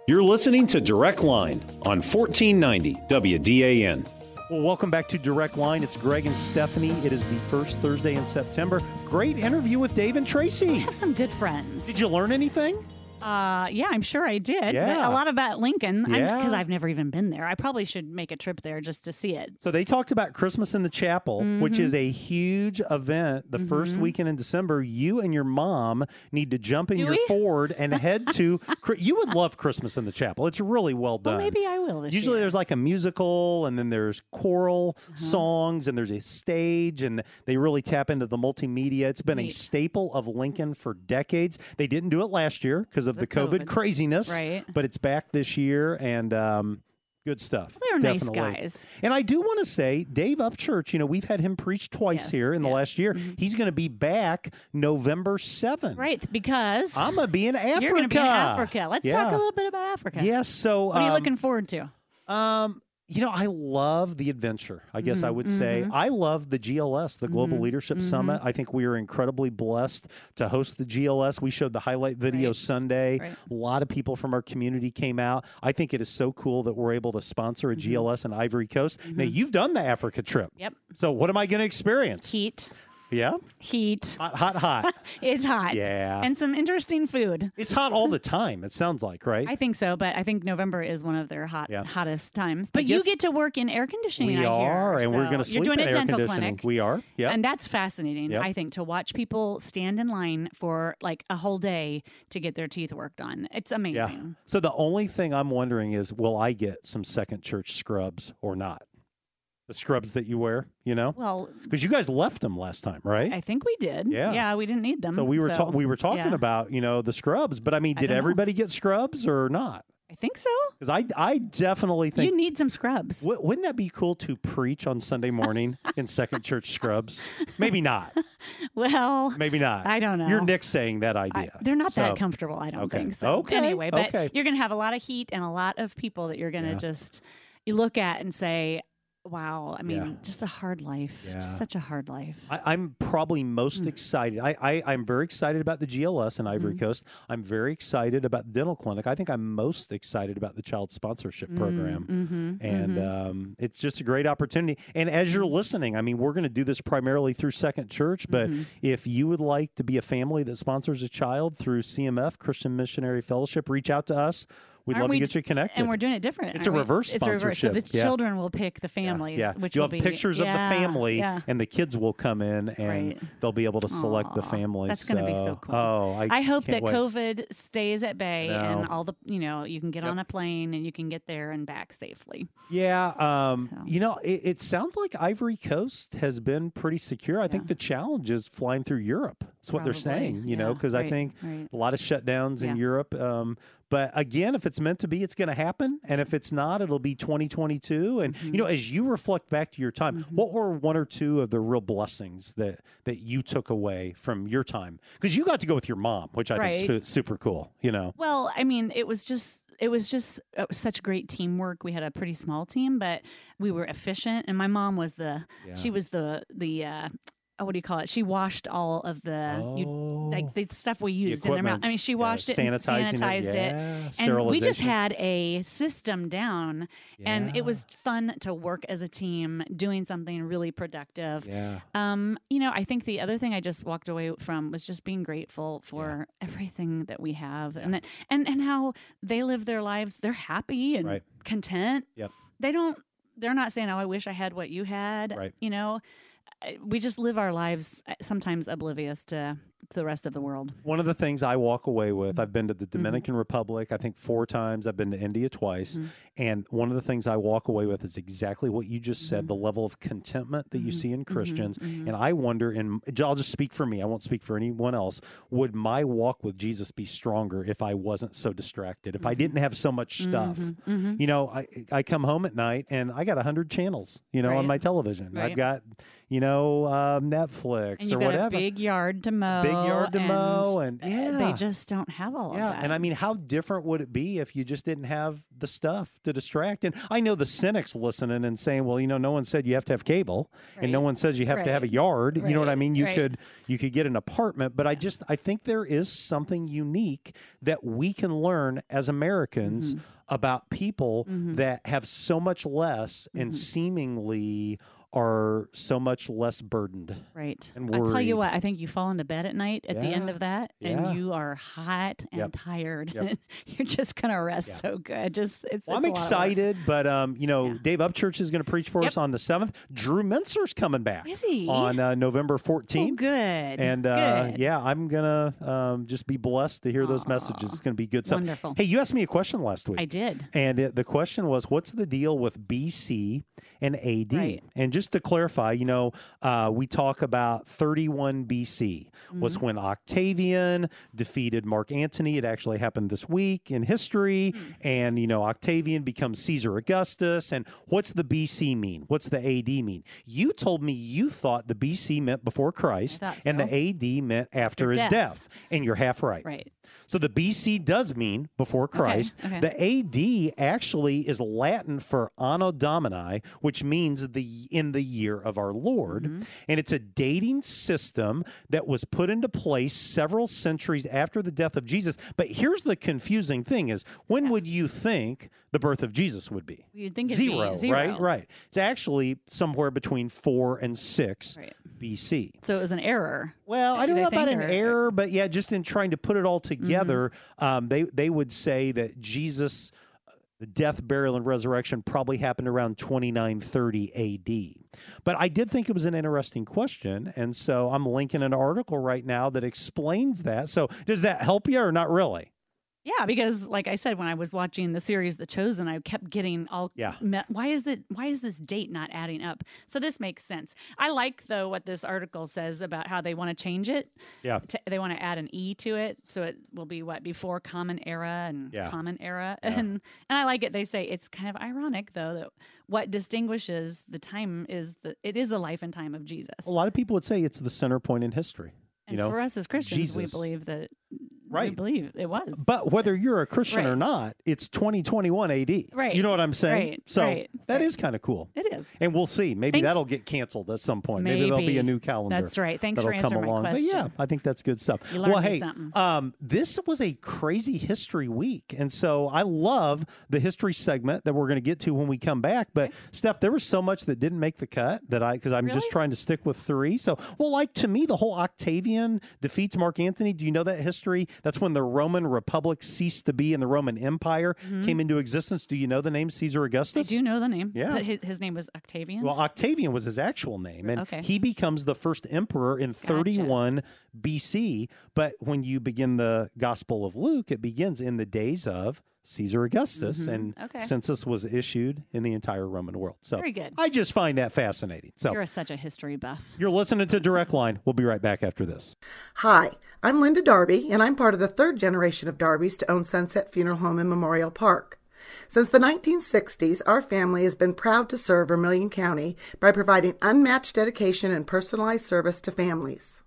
S6: You're listening to Direct Line on 1490 WDAN.
S2: Well, welcome back to Direct Line. It's Greg and Stephanie. It is the first Thursday in September. Great interview with Dave and Tracy. have
S9: some good friends.
S2: Did you learn anything?
S9: Uh, yeah, I'm sure I did.
S2: Yeah.
S9: But a lot about Lincoln
S2: Yeah.
S9: because I've never even been there. I probably should make a trip there just to see it.
S2: So they talked about Christmas in the Chapel, which
S9: Mhm.
S2: is a huge event. The first
S9: Mm-hmm.
S2: weekend in December, you and your mom need to jump in
S9: Do
S2: your
S9: we?
S2: Ford and head to. Chri- you would love Christmas in the Chapel. It's really well done.
S9: Maybe I will this
S2: Usually
S9: year.
S2: there's like a musical and then there's choral
S9: Uh-huh.
S2: songs and there's a stage and they really tap into the multimedia. It's been a
S9: Neat.
S2: staple of Lincoln for decades. They didn't do it last year because of the, COVID,
S9: COVID.
S2: craziness,
S9: Right.
S2: but it's back this year and um, good stuff.
S9: They were nice
S2: Definitely.
S9: guys.
S2: And I do want to say, Dave Upchurch, you know, we've had him preach twice here in the last year.
S9: Mm-hmm.
S2: He's going to be back November 7th.
S9: Right, because
S2: I'm going to be in Africa.
S9: you're going to be in Africa. Let's talk
S2: Yeah.
S9: a little bit about Africa.
S2: Yes. So,
S9: what are you
S2: um,
S9: looking forward to?
S2: Um, you know, I love the adventure. I guess I
S1: Mm-hmm,
S9: Mhm,
S2: would say
S9: mhm.
S2: I love the GLS, the Global Leadership Summit. I think we are incredibly blessed to host the GLS. We showed the highlight video Sunday.
S9: Right.
S2: A lot of people from our community came out. I think it is so cool that we're able to sponsor a
S1: Mm-hmm.
S2: GLS in Ivory Coast. Now you've done the Africa trip.
S9: Yep.
S2: So what am I going to experience?
S9: Heat.
S2: Yeah.
S1: Heat.
S2: Hot, hot, hot.
S1: it's hot.
S2: Yeah.
S1: And some interesting food.
S2: it's hot all the time, it sounds like, right?
S1: I think so, but I think November is one of their hot
S2: Yeah.
S1: hottest times.
S2: I
S1: But you
S2: guess
S1: get to work in air conditioning.
S2: we
S1: I hear,
S2: are, and we're
S1: so
S2: going to sleep
S1: You're doing
S2: in
S1: a
S2: air
S1: dental
S2: conditioning.
S1: clinic.
S2: We are. Yeah.
S1: And that's fascinating,
S2: Yep.
S1: I think, to watch people stand in line for like a whole day to get their teeth worked on. It's amazing.
S2: So the only thing I'm wondering is, will I get some second church scrubs or not? The scrubs that you wear, you know,
S1: Well,
S2: because you guys left them last time, right?
S1: I think we did.
S2: Yeah.
S1: Yeah, we didn't need them.
S2: so we were ta- we were talking
S1: yeah.
S2: about you know the scrubs, but I mean,
S1: I
S2: did
S1: don't know.
S2: everybody get scrubs or not?
S1: I think so.
S2: Because I I definitely think
S1: you need some scrubs.
S2: Wou- wouldn't that be cool to preach on Sunday morning in Second Church scrubs? Maybe not.
S1: Well,
S2: Maybe not.
S1: I don't know.
S2: You're Nick saying that idea.
S1: They're not
S2: So-
S1: that comfortable, I don't
S2: okay.
S1: think. So
S2: Okay.
S1: anyway, but
S2: okay.
S1: you're gonna have a lot of heat and a lot of people that you're gonna
S2: Yeah.
S1: just you look at and say, Wow, I mean,
S2: Yeah.
S1: just a hard life.
S2: Yeah.
S1: Just such a hard life.
S2: I, I'm probably most
S1: Hmm.
S2: excited. I, I, I'm very excited about the GLS in Ivory
S1: Mhm.
S2: Coast. I'm very excited about the dental clinic. I think I'm most excited about the child sponsorship program.
S1: Mm, mhm,
S2: And
S1: mhm.
S2: um, it's just a great opportunity. And as
S1: Mm-hmm.
S2: you're listening, I mean, we're going to do this primarily through Second Church, but
S1: Mhm.
S2: if you would like to be a family that sponsors a child through CMF, Christian Missionary Fellowship, reach out to us. We'd
S1: Aren't
S2: love
S1: we
S2: to get
S1: d-
S2: you connected.
S1: And we're doing it different.
S2: It's a
S1: aren't we?
S2: reverse
S1: It's a reverse. So the
S2: sponsorship. Yeah.
S1: children will pick the families,
S2: Yeah.
S1: which
S2: You'll
S1: will
S2: have
S1: be-
S2: pictures
S1: yeah,
S2: of the family,
S1: yeah.
S2: and the kids will come in and
S1: Right.
S2: they'll be able to select the family.
S1: that's gonna be so cool.
S2: Oh, I,
S1: I, hope
S2: can't
S1: that
S2: wait.
S1: COVID stays at bay and
S2: know.
S1: all the you know you can get on a plane and you can get there and back safely.
S2: Yeah, um, you know, it, it sounds like Ivory Coast has been pretty secure. I think the challenge is flying through Europe. That's what they're
S1: Probably,
S2: saying, you know,
S1: yeah,
S2: because I
S1: right,
S2: think
S1: right.
S2: a lot of shutdowns in
S1: Yeah.
S2: Europe. Um, but again, if it's meant to be, it's going to happen, and if it's not, it'll be 2022. And you know,
S1: Mm-hmm.
S2: as you reflect back to your time, what were one or two of the real blessings that that you took away from your time? Because you got to go with your mom, which I think
S1: Right.
S2: is super cool. You know,
S1: Well, I mean, it was just it was just uh, such great teamwork. We had a pretty small team, but we were efficient. And my mom was the she
S9: Yeah.
S1: was the the uh, oh, what do you call it? She washed all of the you, like the stuff we used in their mouth. I mean,
S2: Oh. equipment.
S1: she
S2: Yeah,
S1: washed it, and
S2: sanitizing it.
S1: sanitized
S2: Yeah,
S1: it, and we just
S2: sterilization.
S1: had a system down, and it was fun to work as a team doing something really productive.
S2: yeah.
S1: Um, you know, I think the other thing I just walked away from was just being grateful for everything that we have, and that, and and how they live their lives. They're happy and
S2: Right.
S1: content.
S2: Yep.
S1: They don't. They're not saying, "Oh, I wish I had what you had."
S2: Right.
S1: You know, I- we just live our lives uh, sometimes oblivious to, to the rest of the world.
S2: One of the things I walk away with, I've been to the
S1: Mm-hmm.
S2: Dominican Republic, I think four times. I've been to India twice.
S1: Mhm.
S2: And one of the things I walk away with is exactly what you just said the
S1: Mm-hmm.
S2: level of contentment that you see in Christians. And I wonder, and I'll just speak for me, I won't speak for anyone else. Would my walk with Jesus be stronger if I wasn't so distracted, if I
S1: Mm-hmm.
S2: didn't have so much stuff? You know, I, I come home at night and I got 100 channels, you know, on
S1: Right.
S2: my television.
S1: Right.
S2: I've got, you know, uh,
S1: And
S2: Netflix or
S1: you've got
S2: whatever
S1: a big yard to mow.
S2: big yard to
S1: and uh,
S2: mow and yeah
S1: They just don't have all
S2: yeah
S1: of that.
S2: and i mean how different would it be if you just didn't have the stuff to distract and i know the cynics listening and saying well you know no one said you have to have cable and no one says you have to have a
S1: Right.
S2: yard you know what i
S1: Right.
S2: mean you
S1: Right.
S2: could you could get an apartment but i just i think there is something unique that we can learn as americans
S1: Mm-hmm.
S2: about people that have so much less
S1: Mm-hmm.
S2: and seemingly are so much less burdened
S1: Right.
S2: and
S1: I'll tell
S2: worried.
S1: you what, I think you fall into bed at night at the end
S2: Yeah.
S1: of that
S2: Yeah.
S1: and you are hot and
S2: Yep.
S1: tired.
S2: Yep.
S1: You're just gonna rest so good. Just it's,
S2: Well,
S1: it's
S2: I'm
S1: a lot of work.
S2: excited, but um, you know, Dave Upchurch is going to preach for us
S1: Yep.
S2: on the seventh. Drew Menser's coming back
S1: Is he?
S2: on uh, November 14th.
S1: Oh, good.
S2: And uh,
S1: Good.
S2: yeah, I'm gonna um, just be blessed to hear those messages. It's gonna be good stuff.
S1: Wonderful.
S2: Hey, you asked me a question last week.
S1: I did.
S2: And it, the question was, what's the deal with BC and AD?
S1: Right.
S2: And just to clarify, you know, uh, we talk about 31 BC was
S1: Mhm.
S2: when Octavian defeated Mark Antony. It actually happened this week in history.
S1: Hmm.
S2: And, you know, Octavian becomes Caesar Augustus. And what's the BC mean? What's the AD mean? You told me you thought the BC meant before Christ
S1: thought
S2: and
S1: so.
S2: the AD meant after,
S1: After
S2: his
S1: death.
S2: death. And you're half right.
S1: Right.
S2: So the BC does mean before Christ.
S1: okay.
S2: The AD actually is Latin for Anno Domini, which means the in the year of our Lord,
S1: Mm-hmm.
S2: and it's a dating system that was put into place several centuries after the death of Jesus. But here's the confusing thing: is when would you think the birth of Jesus would be?
S1: You'd think it'd be
S2: zero,
S1: zero.
S2: right? Right. It's actually somewhere between four and six BC.
S1: So it was an error.
S2: Well, I don't
S1: They
S2: know about
S1: think, or-
S2: an
S1: uh, Mm-hmm.
S2: error, but yeah, just in trying to put it all together, um, they they would say that Jesus' uh, death, burial, and resurrection probably happened around 2930 A.D. But I did think it was an interesting question, and so I'm linking an article right now that explains that. So does that help you or not really?
S1: Yeah, because like I said, when I was watching the series The Chosen, I kept getting all
S2: Yeah.
S1: me- why is it why is this date not adding up? So this makes sense. I like though what this article says about how they want to change it.
S2: Yeah.
S1: T- they want to add an e to it, so it will be what before Common Era and
S9: Yeah.
S1: Common Era, and and I like it. They say it's kind of ironic though that what distinguishes the time is the it is the life and time of Jesus.
S2: A lot of people would say it's the center point in history.
S1: and
S2: you know,
S1: for us as Christians, we
S2: Jesus.
S1: believe that we
S2: Right.
S1: believe it was.
S2: But whether you're a Christian or
S1: Right.
S2: not, it's 2021 AD.
S1: Right.
S2: You know what I'm saying?
S1: Right,
S2: So that is
S1: right, right.
S2: kind of cool.
S1: It is.
S2: And we'll see. Maybe
S1: Thanks.
S2: that'll get canceled at some point. Maybe, there'll be a
S1: Maybe.
S2: new calendar.
S1: That's right. Thanks for
S2: that'll come
S1: answering my
S2: along. But yeah,
S1: question.
S2: I think that's good stuff.
S1: You learned
S2: well,
S1: me
S2: hey,
S1: something.
S2: um, this was a crazy history week, and so I love the history segment that we're going to get to when we come back. But Steph, there was so much that didn't make the cut that I because I'm just trying to stick with three. So, well, like to me, the whole Octavian defeats Mark Antony. Do you know that history? That's when the Roman Republic ceased to be and the Roman Empire
S1: Mhm.
S2: came into existence. Do you know the name Caesar
S1: I
S2: Augustus?
S1: do know the name.
S2: Yeah.
S1: But his, his name was Octavian.
S2: Well, Octavian was his actual name, and
S1: Okay.
S2: he becomes the first emperor in 31 BC. But when you begin the Gospel of Luke, it begins in the days of Caesar Augustus,
S1: Mhm.
S2: and
S1: Okay.
S2: census was issued in the entire Roman world. So
S1: Very good.
S2: I just find that fascinating. So
S1: You're such a history buff.
S2: you're listening to Direct Line. We'll be right back after this.
S13: Hi, I'm Linda Darby, and I'm part of the third generation of Darbys to own Sunset Funeral Home and Memorial Park. Since the 1960s, our family has been proud to serve Vermillion County by providing unmatched dedication and personalized service to families.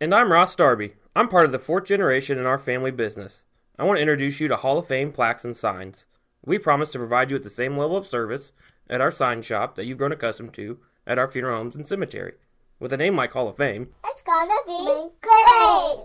S14: And I'm Ross Darby. I'm part of the fourth generation in our family business. I want to introduce you to Hall of Fame plaques and signs. We promise to provide you with the same level of service at our sign shop that you've grown accustomed to at our funeral homes and cemetery. With a name like Hall of Fame,
S15: It's gonna be great.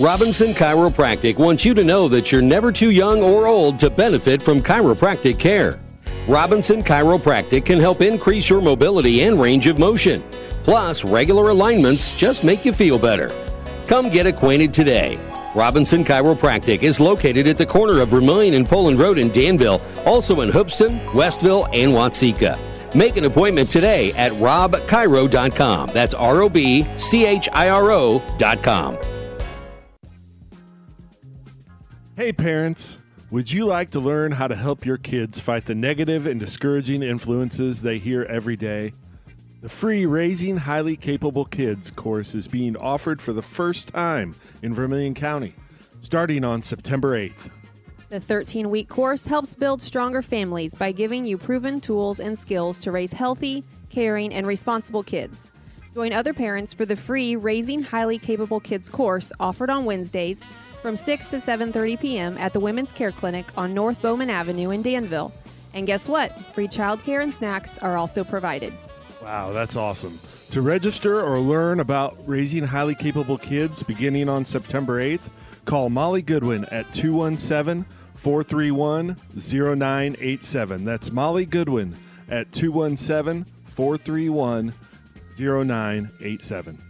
S16: Robinson Chiropractic wants you to know that you're never too young or old to benefit from chiropractic care. Robinson Chiropractic can help increase your mobility and range of motion. Plus, regular alignments just make you feel better. Come get acquainted today. Robinson Chiropractic is located at the corner of Vermillion and Poland Road in Danville, also in Hoopston, Westville, and Watsika. Make an appointment today at robchiro.com. That's R O B C H I R O.com.
S5: Hey, parents, would you like to learn how to help your kids fight the negative and discouraging influences they hear every day? The free Raising Highly Capable Kids course is being offered for the first time in Vermillion County, starting on September 8th.
S12: The 13 week course helps build stronger families by giving you proven tools and skills to raise healthy, caring, and responsible kids. Join other parents for the free Raising Highly Capable Kids course offered on Wednesdays from 6 to 7:30 p.m. at the Women's Care Clinic on North Bowman Avenue in Danville. And guess what? Free childcare and snacks are also provided.
S5: Wow, that's awesome. To register or learn about raising highly capable kids beginning on September 8th, call Molly Goodwin at 217 431 0987. That's Molly Goodwin at 217 431 0987.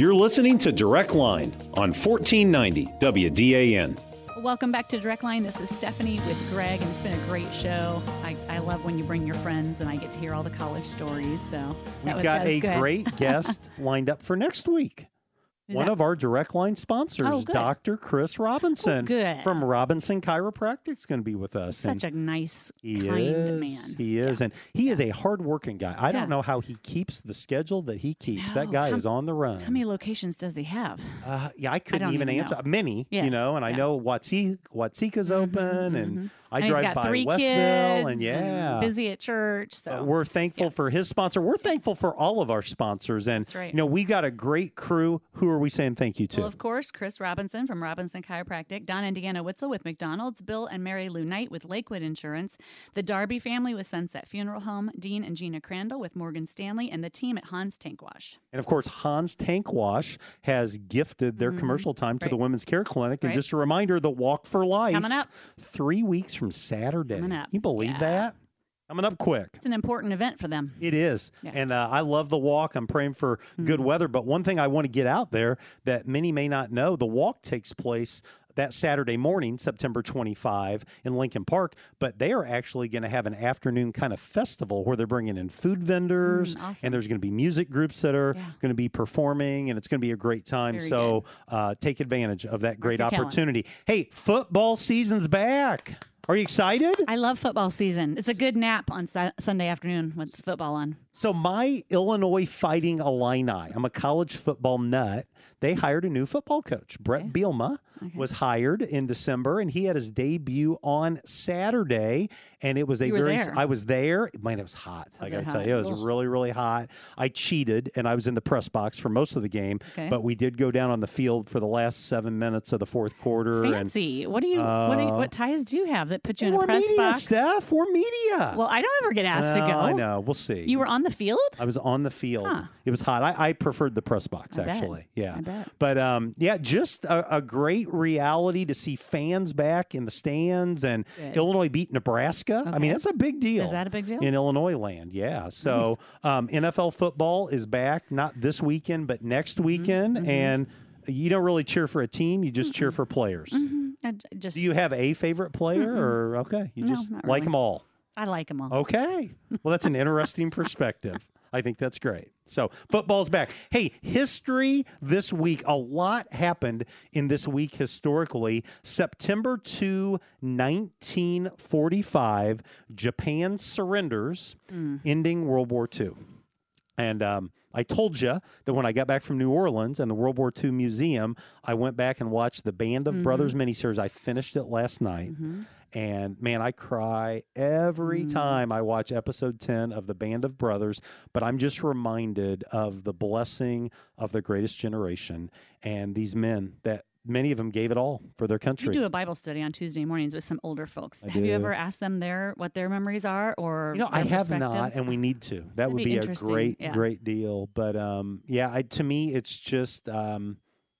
S6: You're listening to Direct Line on 1490 WDAN.
S1: Welcome back to Direct Line. This is Stephanie with Greg, and it's been a great show. I, I love when you bring your friends, and I get to hear all the college stories. So that
S2: We've
S1: was-
S2: got
S1: that was
S2: a
S1: good.
S2: great guest lined up for next week.
S1: Who's
S2: One
S1: that?
S2: of our direct line sponsors,
S1: Oh, good. Oh,
S2: Dr. Chris Robinson
S1: good.
S2: from Robinson Chiropractic, is going to be with us.
S1: Such
S2: and
S1: a nice,
S2: he
S1: kind
S2: is,
S1: man.
S2: He is, and he is a hardworking guy. I
S1: Yeah.
S2: don't know how he keeps the schedule that he keeps. that
S1: No,
S2: guy
S1: how-
S2: is on the run.
S1: How many locations does he have?
S2: Uh, yeah, I couldn't
S1: don't
S2: even,
S1: even
S2: answer
S1: know.
S2: many, you
S1: Yes,
S2: know, and I know Watsi Watsika's open and I
S1: Mm-hmm, and
S2: drive
S1: he's got
S2: by
S1: three
S2: Westville,
S1: kids
S2: and yeah,
S1: busy at church. So
S2: Uh, we're thankful for his sponsor. We're thankful for all of our sponsors, and
S1: That's right.
S2: you know we've got a great crew. Who are we saying thank you to?
S1: Well, of course, Chris Robinson from Robinson Chiropractic, Don and Deanna Witzel with McDonald's, Bill and Mary Lou Knight with Lakewood Insurance, the Darby family with Sunset Funeral Home, Dean and Gina Crandall with Morgan Stanley, and the team at Hans Tank Wash.
S2: And of course, Hans Tank Wash has gifted their
S1: Mhm.
S2: commercial time to the
S1: Right.
S2: Women's Care Clinic. And
S1: Right.
S2: just a reminder, the Walk for Life
S1: Coming up.
S2: three weeks from Saturday.
S1: Coming up.
S2: You believe that? Coming up quick.
S1: It's an important event for them.
S2: It is.
S1: Yeah. Mm-hmm.
S2: And uh, I love the walk. I'm praying for good weather. But one thing I want to get out there that many may not know the walk takes place that Saturday morning, September 25, in Lincoln Park. But they are actually going to have an afternoon kind of festival where they're bringing in food vendors
S1: Mm,
S2: and there's going to be music groups that are going to be performing and it's going to be a great time.
S1: Very
S2: so uh, take advantage of that great
S1: your calendar.
S2: opportunity. Hey, football season's back. Are you excited?
S1: I love football season. It's a good nap on Su- Sunday afternoon with football on.
S2: So my Illinois Fighting Illini, I'm a college football nut. They hired a new football coach. Brett Bielma was hired in December, and he had his debut on Saturday. And it was a
S6: You were
S2: very
S6: there.
S2: I was there. Man, it was hot. I
S6: Was
S2: gotta
S6: it
S2: tell
S6: hot?
S2: you, it was
S6: Ugh.
S2: really really hot. I cheated, and I was in the press box for most of the game.
S1: Okay.
S2: But we did go down on the field for the last seven minutes of the fourth quarter.
S1: Fancy. what do you? what, do you-
S2: uh,
S1: what ties do you have that put you in
S2: we're
S1: a press
S2: media,
S1: box?
S2: Steph. We're media.
S1: Well, I don't ever get asked
S2: Well,
S1: to go.
S2: Uh, I know. We'll see.
S1: You were on the field.
S2: I was on the field.
S1: Huh.
S2: It was hot. I, I preferred the press box
S1: I bet.
S2: actually. Yeah.
S1: I bet.
S2: But um, yeah, just a, a great reality to see fans back in the stands and
S1: Good.
S2: Illinois beat Nebraska. I mean,
S1: Okay.
S2: that's a big deal.
S1: Is that a big deal?
S2: in Illinois land? Yeah. So um, NFL football is back, not this weekend, but next
S1: Mm-hmm.
S2: weekend, and you don't really cheer for a team; you just cheer for players.
S1: Mm-hmm. I j- just
S2: Do you have a favorite player,
S1: Mm-mm.
S2: or okay, you
S1: No,
S2: just
S1: not
S2: like
S1: really.
S2: them all?
S1: I like them all.
S2: Okay. Well, that's an interesting perspective. I think that's great. So, football's back. Hey, history this week. A lot happened in this week historically. September 2, 1945, Japan surrenders,
S6: Mm.
S2: ending World War II. And um, I told you that when I got back from New Orleans and the World War II Museum, I went back and watched the Band of
S6: Mhm.
S2: Brothers miniseries. I finished it last night. And man, I cry every time I watch episode 10 of The Band of Brothers, but I'm just reminded of the blessing of the greatest generation and these men that many of them gave it all for their country.
S1: You do a Bible study on Tuesday mornings with some older folks.
S2: I
S1: have
S2: do.
S1: you ever asked them their what their memories are or
S2: You know, I
S1: their
S2: have not,
S1: perspectives?
S2: and we need to. That
S1: That'd
S2: would
S1: be
S2: be, a
S1: interesting,
S2: great,
S1: yeah.
S2: great deal. But um, yeah, I, to me, it's just um,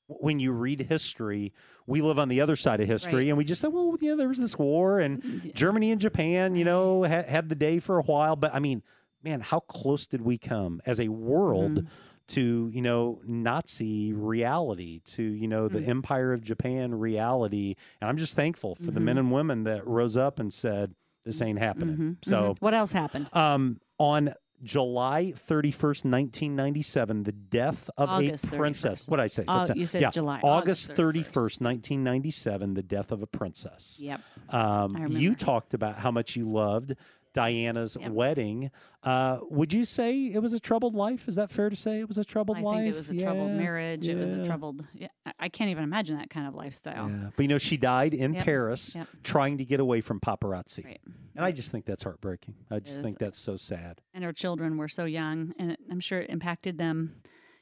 S2: w- when you read history, we live on the other side of history,
S6: Right.
S2: and we just say, well, yeah, there was this war,
S1: Mm,
S2: and Germany and Japan, you know, had, had the day for a while. But I mean, man, how close did we come as a world?
S1: Mm-hmm.
S6: Mhm.
S2: To you know Nazi reality, to you know the
S1: Mm-hmm.
S6: Mm.
S2: Empire of Japan reality, and I'm just thankful for the men
S1: Mhm.
S2: and women that rose up and said this ain't happening.
S1: Mhm,
S2: So
S1: mhm. what else happened?
S2: um, on July 31st, 1997, the death of
S1: August
S2: a princess. What did I say?
S1: Au-
S2: Septem-
S1: you said
S2: yeah,
S1: July.
S2: August,
S1: August
S2: 31st, 1997, the death of a princess.
S1: Yep.
S2: Um,
S1: remember.
S2: you talked about how much you loved Diana's wedding. Uh, would you say it was a troubled life? Is that fair to say it was a troubled
S1: I
S2: life?
S1: think it was a troubled
S2: Yeah,
S1: marriage. It was a
S2: yeah.
S1: troubled. Yeah, I- I can't even imagine that kind of lifestyle.
S2: Yeah. But you know, she died in
S1: Yep,
S2: Paris
S1: yep.
S2: trying to get away from paparazzi.
S1: Right.
S2: And I just think that's heartbreaking. I
S1: It
S2: just
S1: is.
S2: think that's so sad.
S1: And her children were so young, and it, I'm sure it impacted them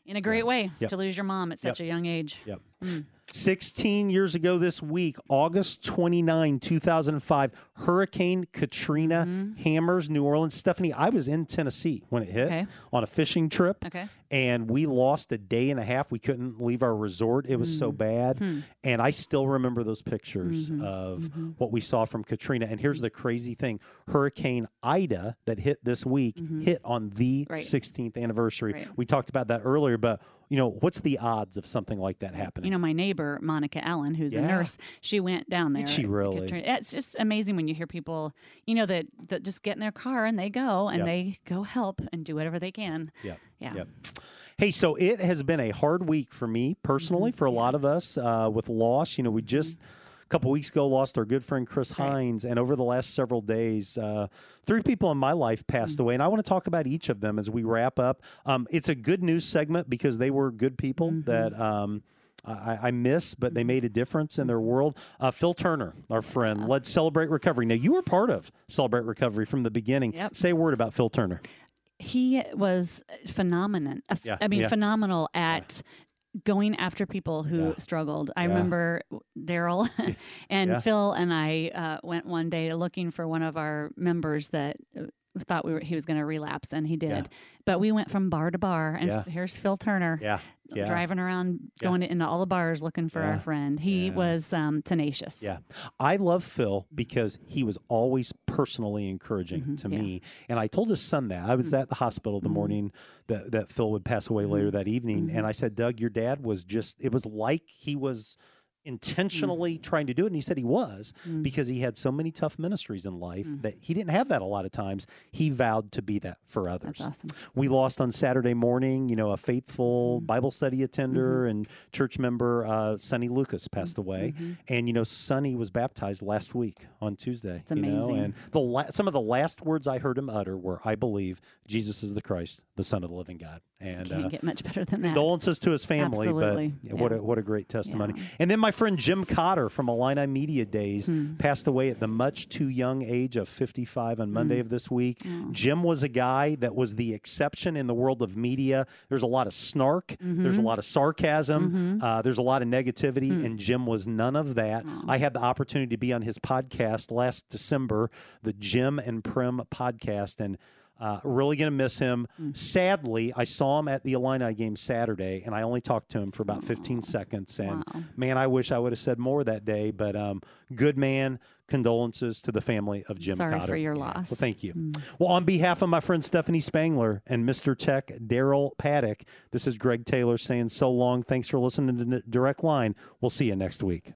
S1: in a great way
S2: Yep.
S1: to lose your mom at such a
S2: Yep.
S1: young age.
S2: Yep.
S1: Mm.
S2: 16 years ago this week, August 29, 2005, Hurricane Katrina
S6: Mm-hmm.
S2: hammers New Orleans. Stephanie, I was in Tennessee when it hit
S6: Okay.
S2: on a fishing trip.
S6: Okay.
S2: And we lost a day and a half. We couldn't leave our resort. It was so
S6: Mm.
S2: bad.
S6: Hmm.
S2: And I still remember those pictures
S6: Mhm.
S2: of
S6: Mhm.
S2: what we saw from Katrina. And here's the crazy thing Hurricane Ida that hit this week
S6: Mhm.
S2: hit on the
S6: Right.
S2: 16th anniversary.
S1: Right.
S2: We talked about that earlier, but you know, what's the odds of something like that happening?
S1: You know, my neighbor Monica Allen, who's a
S2: Yeah.
S1: nurse, she went down there.
S2: Did she
S1: at
S2: really?
S1: Katrina- It's just amazing when you hear people, you know, that, that just get in their car and they go and
S2: Yep.
S1: they go help and do whatever they can.
S2: Yep.
S1: Yeah.
S2: Yep. Hey, so it has been a hard week for me personally, for a lot of us uh, with loss. You know, we just a couple weeks ago lost our good friend Chris Hines, and over the last several days, uh, three people in my life passed away, and I want to talk about each of them as we wrap up. Um, it's a good news segment because they were good people that. Um, I, I miss, but they made a difference in their world. Uh, Phil Turner, our friend, led Celebrate Recovery. Now, you were part of Celebrate Recovery from the beginning.
S1: Yep.
S2: Say a word about Phil Turner.
S1: he was phenomenon. a f-
S2: Yeah,
S1: I mean,
S2: yeah.
S1: phenomenal at going after people who struggled. I
S9: Yeah.
S1: remember Daryl and
S9: Yeah.
S1: Phil and I uh, went one day looking for one of our members that uh, thought we were, he was going to relapse, and he did. But we went from bar to bar, and
S9: Yeah.
S1: here's Phil Turner.
S2: Yeah. Yeah.
S1: Driving around,
S2: Yeah.
S1: going into all the bars looking for
S2: Yeah.
S1: our friend. He
S2: Yeah.
S1: was um, tenacious.
S2: Yeah. I love Phil because he was always personally encouraging to
S1: yeah.
S2: me. And I told his son that. I was at the hospital the morning that, that Phil would pass away later that evening. And I said, Doug, your dad was just, it was like he was intentionally trying to do it. And he said he was because he had so many tough ministries in life that he didn't have that a lot of times. He vowed to be that for others. We lost on Saturday morning, you know, a faithful Bible study attender and church member, uh, Sonny Lucas, passed away. And, you know, Sonny was baptized last week on Tuesday. It's You know,
S9: amazing.
S2: and the la- some of the last words I heard him utter were, I believe Jesus is the Christ, the Son of the living God. And
S1: Can't
S2: uh,
S1: get much better than that.
S2: condolences to his family.
S1: Absolutely.
S2: But what
S1: Yeah.
S2: a what a great testimony. And then my friend Jim Cotter from Illini Media Days
S1: Hmm.
S2: passed away at the much too young age of 55 on Monday
S1: Hmm.
S2: of this week.
S1: Oh.
S2: Jim was a guy that was the exception in the world of media. There's a lot of snark.
S1: Mm-hmm.
S2: There's a
S9: Mhm.
S2: lot of sarcasm.
S9: Mhm.
S2: Uh, there's a lot of negativity, and Jim was none of that. I had the opportunity to be on his podcast last December, the Jim and Prim podcast, and uh, really going to miss him. Sadly, I saw him at the Illini game Saturday, and I only talked to him for about 15 seconds. And man, I wish I would have said more that day. But um, good man, condolences to the family of Jim.
S1: Sorry for
S2: Cotter.
S1: your
S2: Yeah.
S1: loss. Mm.
S2: Well, thank you. Well, on behalf of my friend Stephanie Spangler and Mr. Tech Daryl Paddock, this is Greg Taylor saying so long. Thanks for listening to N- Direct Line. We'll see you next week.